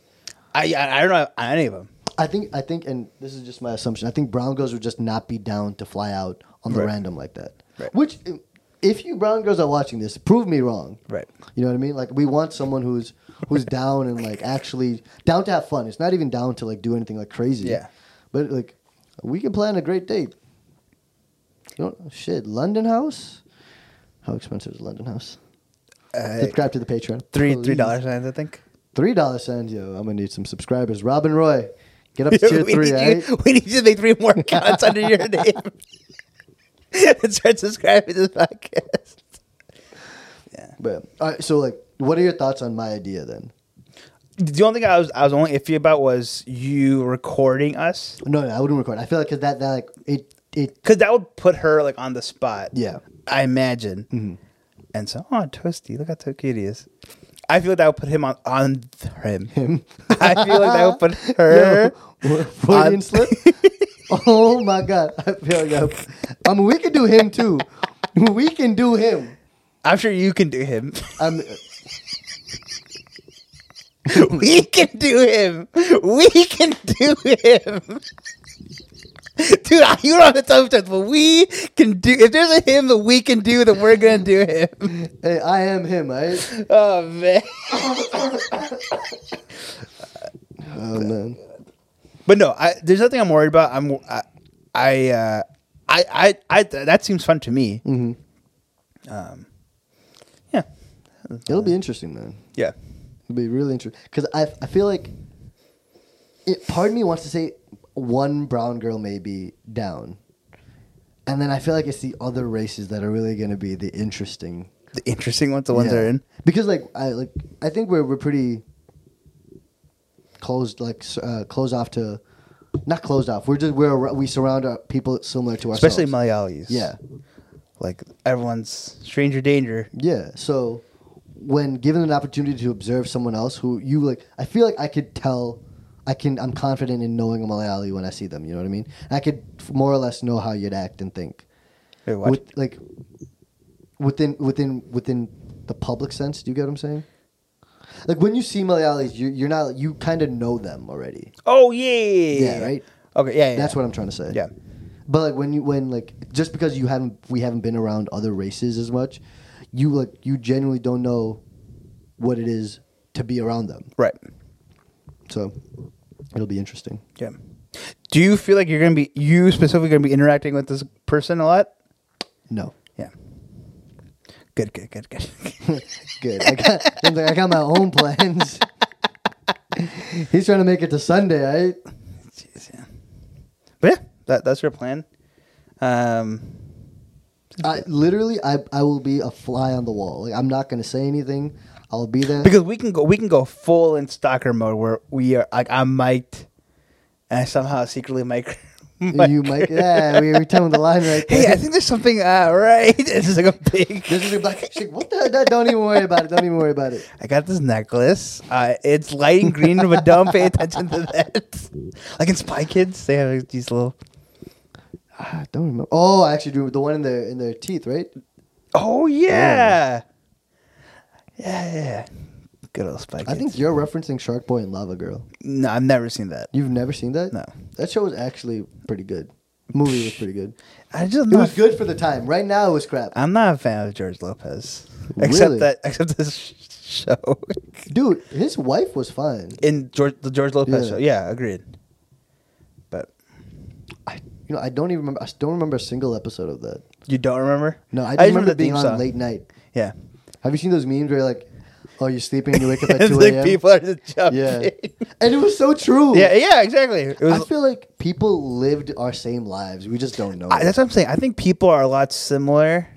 Speaker 2: I, I, I don't know any of them.
Speaker 1: I think I think, and this is just my assumption. I think Brown girls would just not be down to fly out on the
Speaker 2: Right.
Speaker 1: random like that.
Speaker 2: Right.
Speaker 1: Which, if you Brown girls are watching this, prove me wrong.
Speaker 2: Right.
Speaker 1: You know what I mean? Like we want someone who's who's down and like actually down to have fun. It's not even down to like do anything like crazy.
Speaker 2: Yeah.
Speaker 1: But like, we can plan a great date. You know, shit, London House. How expensive is London House?
Speaker 2: Uh,
Speaker 1: Subscribe to the Patreon.
Speaker 2: three
Speaker 1: please.
Speaker 2: three dollar signs, I think.
Speaker 1: Three dollar signs, yo. I'm gonna need some subscribers. Robin Roy, get up to tier
Speaker 2: we,
Speaker 1: three.
Speaker 2: need
Speaker 1: Right?
Speaker 2: you, we need you to make three more accounts under your name and start subscribing to this podcast. Yeah.
Speaker 1: But all right, so like, what are your thoughts on my idea then?
Speaker 2: The only thing I was I was only iffy about was you recording us.
Speaker 1: No, no, I wouldn't record. I feel like 'cause that that like it it
Speaker 2: because that would put her like on the spot.
Speaker 1: Yeah.
Speaker 2: I imagine. And so, oh, Toasty, look how so cute he is. I feel like that would put him on on th- him.
Speaker 1: him.
Speaker 2: I feel like that would put her.
Speaker 1: Yo, Freudian
Speaker 2: on-
Speaker 1: slip. oh my god, I feel like I, I mean we can do him too. We can do him. Um,
Speaker 2: I'm sure you can do him.
Speaker 1: I'm
Speaker 2: we can do him. We can do him. Dude, I- you don't have to tell me, but we can do. If there's a him that we can do, then we're gonna do him.
Speaker 1: hey, I am him. Right?
Speaker 2: Oh man.
Speaker 1: Oh man.
Speaker 2: But no, I, there's nothing I'm worried about. I'm I I uh, I, I, I that seems fun to me.
Speaker 1: hmm
Speaker 2: Um, yeah,
Speaker 1: It'll be interesting, man.
Speaker 2: yeah.
Speaker 1: It'd be really interesting because I, I feel like it. Part of me wants to say one brown girl may be down, And then I feel like it's the other races that are really going to be the interesting
Speaker 2: The interesting ones, the ones that
Speaker 1: Yeah.
Speaker 2: are in.
Speaker 1: Because like I like I think we're we're pretty closed like s- uh, closed off to not closed off. We're just we're ar- we surround our people similar to ourselves.
Speaker 2: Especially Malayalis.
Speaker 1: yeah
Speaker 2: Like everyone's stranger danger.
Speaker 1: yeah. So when given an opportunity to observe someone else who you like, I feel like I could tell. I can. I'm confident in knowing a Malayali when I see them. You know what I mean? I could f- more or less know how you'd act and think.
Speaker 2: Wait, what?
Speaker 1: With, like within within within the public sense. Do you get what I'm saying? Like when you see Malayalis, you, you're not you kind of know them already.
Speaker 2: oh yeah. Yeah,
Speaker 1: Yeah, right.
Speaker 2: Okay, yeah, yeah.
Speaker 1: That's what I'm trying to say.
Speaker 2: Yeah.
Speaker 1: But like when you when like just because you haven't we haven't been around other races as much, you like you genuinely don't know what it is to be around them.
Speaker 2: Right.
Speaker 1: So it'll be interesting.
Speaker 2: Yeah. Do you feel like you're gonna be you specifically gonna be interacting with this person a lot?
Speaker 1: No.
Speaker 2: Yeah. Good, good, good, good.
Speaker 1: Good. I got, I'm like, I got my own plans. He's trying to make it to Sunday, right?
Speaker 2: Jeez, yeah. But yeah, that, that's your plan. Um,
Speaker 1: I literally I, I will be a fly on the wall. Like I'm not gonna say anything. I'll be there.
Speaker 2: because we can go we can go full in stalker mode where we are like I'm mic'd and I somehow secretly mic
Speaker 1: you might yeah, we were telling the line right there.
Speaker 2: Hey, I think there's something uh right. This is like a big
Speaker 1: This is a black chick. What the hell? Don't even worry about it. Don't even worry about it.
Speaker 2: I got this necklace. Uh, it's light and green, but don't pay attention to that. Like in Spy Kids, they have like, these little.
Speaker 1: Ah, I don't remember. Oh, I actually do the one in their in their teeth, right?
Speaker 2: Oh yeah, yeah, yeah. yeah. Good old Spy Kids.
Speaker 1: I think you're referencing Shark Boy and Lava Girl.
Speaker 2: no, I've never seen that.
Speaker 1: You've never seen that?
Speaker 2: No.
Speaker 1: That show was actually pretty good. Movie was pretty good.
Speaker 2: I just
Speaker 1: It was good for the time. Right now, it was crap.
Speaker 2: I'm not a fan of George Lopez,
Speaker 1: Really?
Speaker 2: except that except this sh- show.
Speaker 1: Dude, his wife was fine.
Speaker 2: In George the George Lopez
Speaker 1: Yeah.
Speaker 2: show, yeah, agreed. But
Speaker 1: I, you know, I don't even remember. I don't remember a single episode of that.
Speaker 2: you don't remember?
Speaker 1: No, I, just
Speaker 2: just
Speaker 1: remember
Speaker 2: the
Speaker 1: being
Speaker 2: theme
Speaker 1: on
Speaker 2: song.
Speaker 1: late night.
Speaker 2: Yeah,
Speaker 1: Have you seen those memes where you're like, oh, you're sleeping, you wake up at
Speaker 2: It's
Speaker 1: two
Speaker 2: like
Speaker 1: a.m.
Speaker 2: people are just jumping.
Speaker 1: yeah, and it was so true.
Speaker 2: yeah, yeah, exactly. It was
Speaker 1: I feel like people lived our same lives. We just don't know.
Speaker 2: I,
Speaker 1: it.
Speaker 2: that's what I'm saying. I think people are a lot similar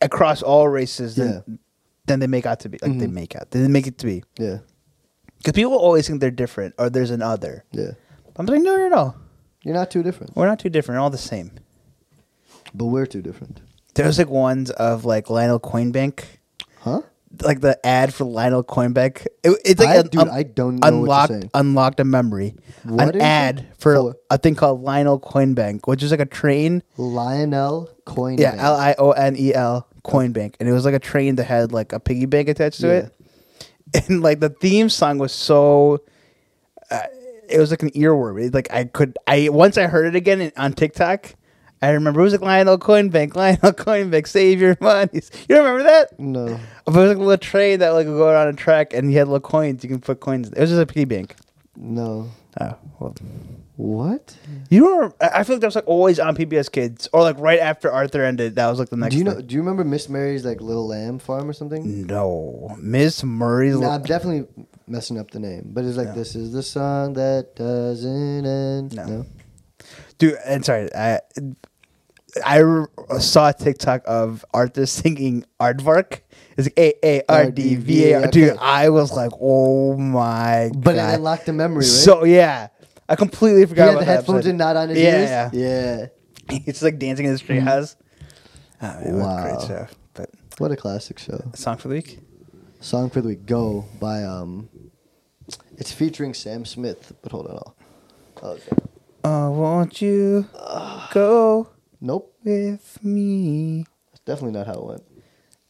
Speaker 2: across all races than, than they make out to be. Like they
Speaker 1: Mhm.
Speaker 2: make out, they make it to be.
Speaker 1: yeah,
Speaker 2: Because people always think they're different or there's an other.
Speaker 1: yeah.
Speaker 2: I'm like, no, no, no.
Speaker 1: You're not too different,
Speaker 2: We're not too different. We're all the same.
Speaker 1: but we're too different,
Speaker 2: There's like ones of like Lionel Coinbank,
Speaker 1: huh?
Speaker 2: like the ad for Lionel Coinbank. It, it's like
Speaker 1: I-
Speaker 2: an
Speaker 1: dude, I don't know what you're
Speaker 2: unlocked
Speaker 1: saying.
Speaker 2: unlocked a memory.
Speaker 1: What is
Speaker 2: an
Speaker 1: it?
Speaker 2: ad for
Speaker 1: For-
Speaker 2: a thing called Lionel Coinbank, which is like a train.
Speaker 1: Lionel Coin.
Speaker 2: Yeah, L I O N E L Coin Bank, and it was like a train that had like a piggy bank attached to it, and like the theme song was so. Uh, it was like an earworm. It, like I could, I once I heard it again in, on TikTok. I remember it was like Lionel Coin Bank, Lionel Coin Bank, save your monies. You remember that?
Speaker 1: No.
Speaker 2: But it was like a little train that like would go around a track, and you had little coins. You can put coins. It was just a piggy bank.
Speaker 1: No.
Speaker 2: Oh well,
Speaker 1: What?
Speaker 2: you know, I I feel like that was like always on PBS Kids, or like right after Arthur ended. That was like the next.
Speaker 1: do you
Speaker 2: thing.
Speaker 1: know? Do you remember Miss Mary's like Little Lamb Farm or something?
Speaker 2: No, Miss Murray's.
Speaker 1: No,
Speaker 2: Li-
Speaker 1: I'm definitely messing up the name, but it's like
Speaker 2: Yeah.
Speaker 1: this is the song that doesn't end.
Speaker 2: No. dude, and sorry, I I re- saw a TikTok of Arthur singing Aardvark. It's like A A R D V A R. Dude, I was like, oh my
Speaker 1: But it
Speaker 2: god.
Speaker 1: unlocked the memory, right?
Speaker 2: So yeah, I completely
Speaker 1: he
Speaker 2: forgot
Speaker 1: had
Speaker 2: about
Speaker 1: the
Speaker 2: that
Speaker 1: headphones
Speaker 2: episode.
Speaker 1: in, not on his
Speaker 2: Yeah,
Speaker 1: ears.
Speaker 2: yeah.
Speaker 1: Yeah.
Speaker 2: It's like dancing in the street house. Oh, man, it was a
Speaker 1: Mm-hmm. Wow.
Speaker 2: great show. But
Speaker 1: What a classic show.
Speaker 2: song for the week.
Speaker 1: Song for the week, "Go" by um, it's featuring Sam Smith. But hold on, I'll. Okay.
Speaker 2: Oh, won't you go
Speaker 1: Nope,
Speaker 2: with me?
Speaker 1: that's definitely not how it went.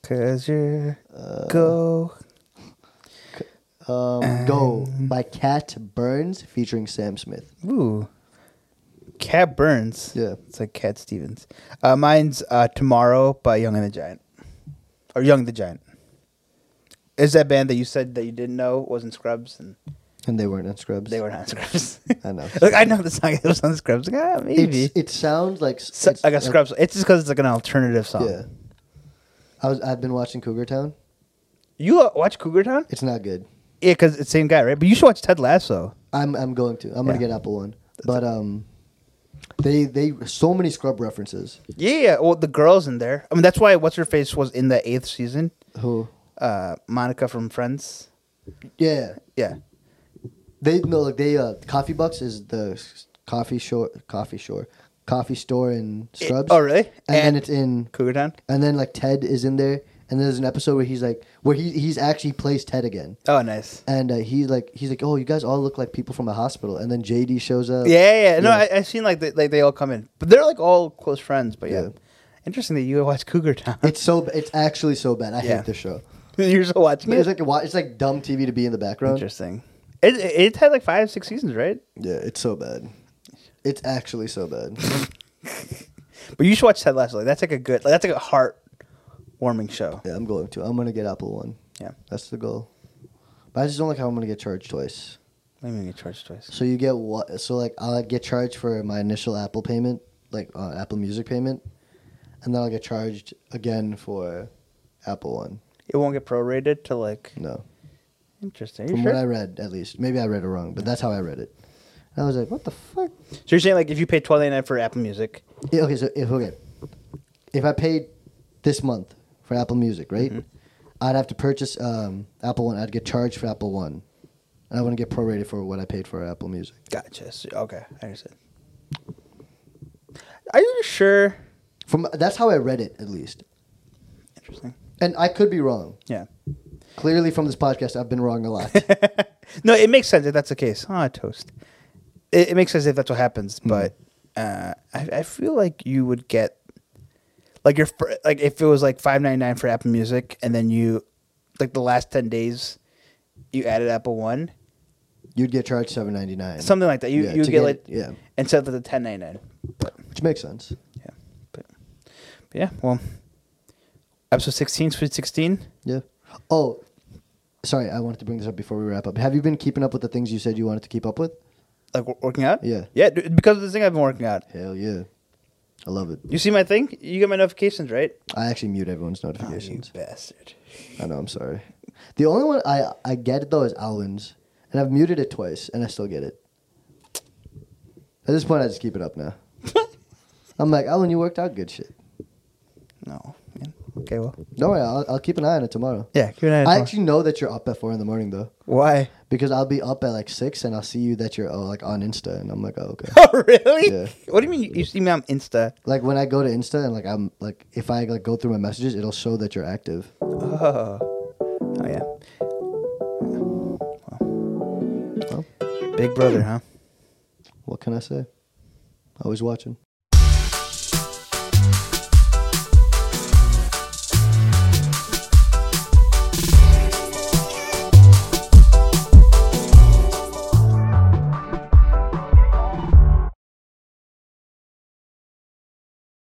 Speaker 2: Cause you're
Speaker 1: Uh,
Speaker 2: go.
Speaker 1: Um, "Go" by Cat Burns featuring Sam Smith.
Speaker 2: Ooh. Cat Burns.
Speaker 1: Yeah.
Speaker 2: It's like Cat Stevens. Uh, mine's uh, Tomorrow by Young and the Giant. Or Young the Giant. Is that band that you said that you didn't know wasn't Scrubs and
Speaker 1: And they weren't in Scrubs.
Speaker 2: they were not Scrubs.
Speaker 1: I know.
Speaker 2: like I know the song it was on Scrubs. Like, ah, maybe.
Speaker 1: It's, it sounds like s-
Speaker 2: So-
Speaker 1: it's uh,
Speaker 2: like a Scrubs. it's just because it's like an alternative song.
Speaker 1: yeah. I was. I've been watching Cougar Town.
Speaker 2: You uh, watch Cougar Town?
Speaker 1: It's not good.
Speaker 2: Yeah, because it's the same guy, right? But you should watch Ted Lasso.
Speaker 1: I'm. I'm going to. I'm
Speaker 2: Yeah.
Speaker 1: gonna get Apple One. But um, They they so many scrub references.
Speaker 2: Yeah, well, the girls in there. I mean, that's why what's her face was in the eighth season.
Speaker 1: Who?
Speaker 2: Uh, Monica from Friends.
Speaker 1: Yeah,
Speaker 2: Yeah,
Speaker 1: they no like they uh coffee bucks is the s- coffee shore coffee shore coffee store in Scrubs.
Speaker 2: oh, really?
Speaker 1: And, then
Speaker 2: And-
Speaker 1: it's in
Speaker 2: Cougar Town.
Speaker 1: and then like Ted is in there and there's an episode where he's like where he he's actually plays Ted again.
Speaker 2: Oh, nice.
Speaker 1: And uh, he's like, he's like, oh, you guys all look like people from a hospital. And then JD shows up.
Speaker 2: Yeah, yeah. No,
Speaker 1: Yeah.
Speaker 2: I, I seen like they, like they all come in, but they're like all close friends. But yeah,
Speaker 1: Yeah.
Speaker 2: interesting that you watch Cougar Town.
Speaker 1: It's so, it's actually so bad. I
Speaker 2: Yeah.
Speaker 1: hate this show.
Speaker 2: You're still watching
Speaker 1: But it's
Speaker 2: it.
Speaker 1: like a, wa- it's like dumb TV to be in the background.
Speaker 2: Interesting. It, it it had like five six seasons, right?
Speaker 1: Yeah, it's so bad. It's actually so bad.
Speaker 2: But you should watch Ted Lasso. Like, that's like a good. Like, that's like a heart warming show.
Speaker 1: yeah, I'm going to. I'm gonna get Apple One.
Speaker 2: Yeah.
Speaker 1: That's the goal. But I just don't like how I'm gonna get charged twice.
Speaker 2: Let me get charged twice.
Speaker 1: So you get what? So like I'll get charged for my initial Apple payment, like uh, Apple Music payment, and then I'll get charged again for Apple One.
Speaker 2: It won't get prorated to like
Speaker 1: No,
Speaker 2: interesting. Are
Speaker 1: from
Speaker 2: you sure?
Speaker 1: what I read, at least maybe I read it wrong, but that's how I read it. And I was like, what the fuck?
Speaker 2: so you're saying like if you pay twelve ninety nine for Apple Music,
Speaker 1: Yeah, okay, so if okay, if I paid this month for Apple Music, right,
Speaker 2: Mm-hmm.
Speaker 1: I'd have to purchase um, Apple One. I'd get charged for Apple One, and I wouldn't get prorated for what I paid for Apple Music.
Speaker 2: gotcha. So- okay, I understand. Are you sure?
Speaker 1: From that's how I read it, at least.
Speaker 2: Interesting.
Speaker 1: And I could be wrong.
Speaker 2: Yeah.
Speaker 1: Clearly, from this podcast, I've been wrong a lot.
Speaker 2: no, it makes sense if that's the case. Ah, toast. It, it makes sense if that's what happens,
Speaker 1: Hmm.
Speaker 2: but uh, I, I feel like you would get like your fir- like if it was like five ninety nine for Apple Music, and then you like the last ten days you added Apple One,
Speaker 1: You'd get charged seven ninety nine.
Speaker 2: something like that. You
Speaker 1: Yeah,
Speaker 2: you
Speaker 1: to
Speaker 2: get,
Speaker 1: get
Speaker 2: like
Speaker 1: it, yeah.
Speaker 2: instead of the ten ninety nine. But
Speaker 1: which makes sense.
Speaker 2: yeah, but, but yeah, well, episode sixteen, sweet sixteen.
Speaker 1: Yeah. Oh, sorry. I wanted to bring this up before we wrap up. Have you been keeping up with the things you said you wanted to keep up with?
Speaker 2: Like wor- working out.
Speaker 1: Yeah.
Speaker 2: yeah, d- because of this thing I've been working out.
Speaker 1: Hell yeah, I love it.
Speaker 2: You see my thing? You get my notifications, right?
Speaker 1: I actually mute everyone's
Speaker 2: Oh, you
Speaker 1: notifications.
Speaker 2: bastard.
Speaker 1: I know. I'm sorry. The only one I I get though is Alwyn's, and I've muted it twice, and I still get it. At this point, I just keep it up now. I'm like, Alwyn, you worked out good shit.
Speaker 2: No, man. Okay, well.
Speaker 1: Don't worry, I'll, I'll keep an eye on it tomorrow.
Speaker 2: Yeah, keep an eye on
Speaker 1: I
Speaker 2: it.
Speaker 1: actually know that you're up at four in the morning though,
Speaker 2: Why?
Speaker 1: because I'll be up at like six, and I'll see you that you're oh, like on Insta, and I'm like, oh okay.
Speaker 2: Oh, really?
Speaker 1: Yeah.
Speaker 2: What do you mean you- you see me on Insta?
Speaker 1: like when I go to Insta and like I'm like if I like go through my messages, it'll show that you're active.
Speaker 2: Oh, oh yeah.
Speaker 1: Well,
Speaker 2: Big brother, huh?
Speaker 1: what can I say? Always watching.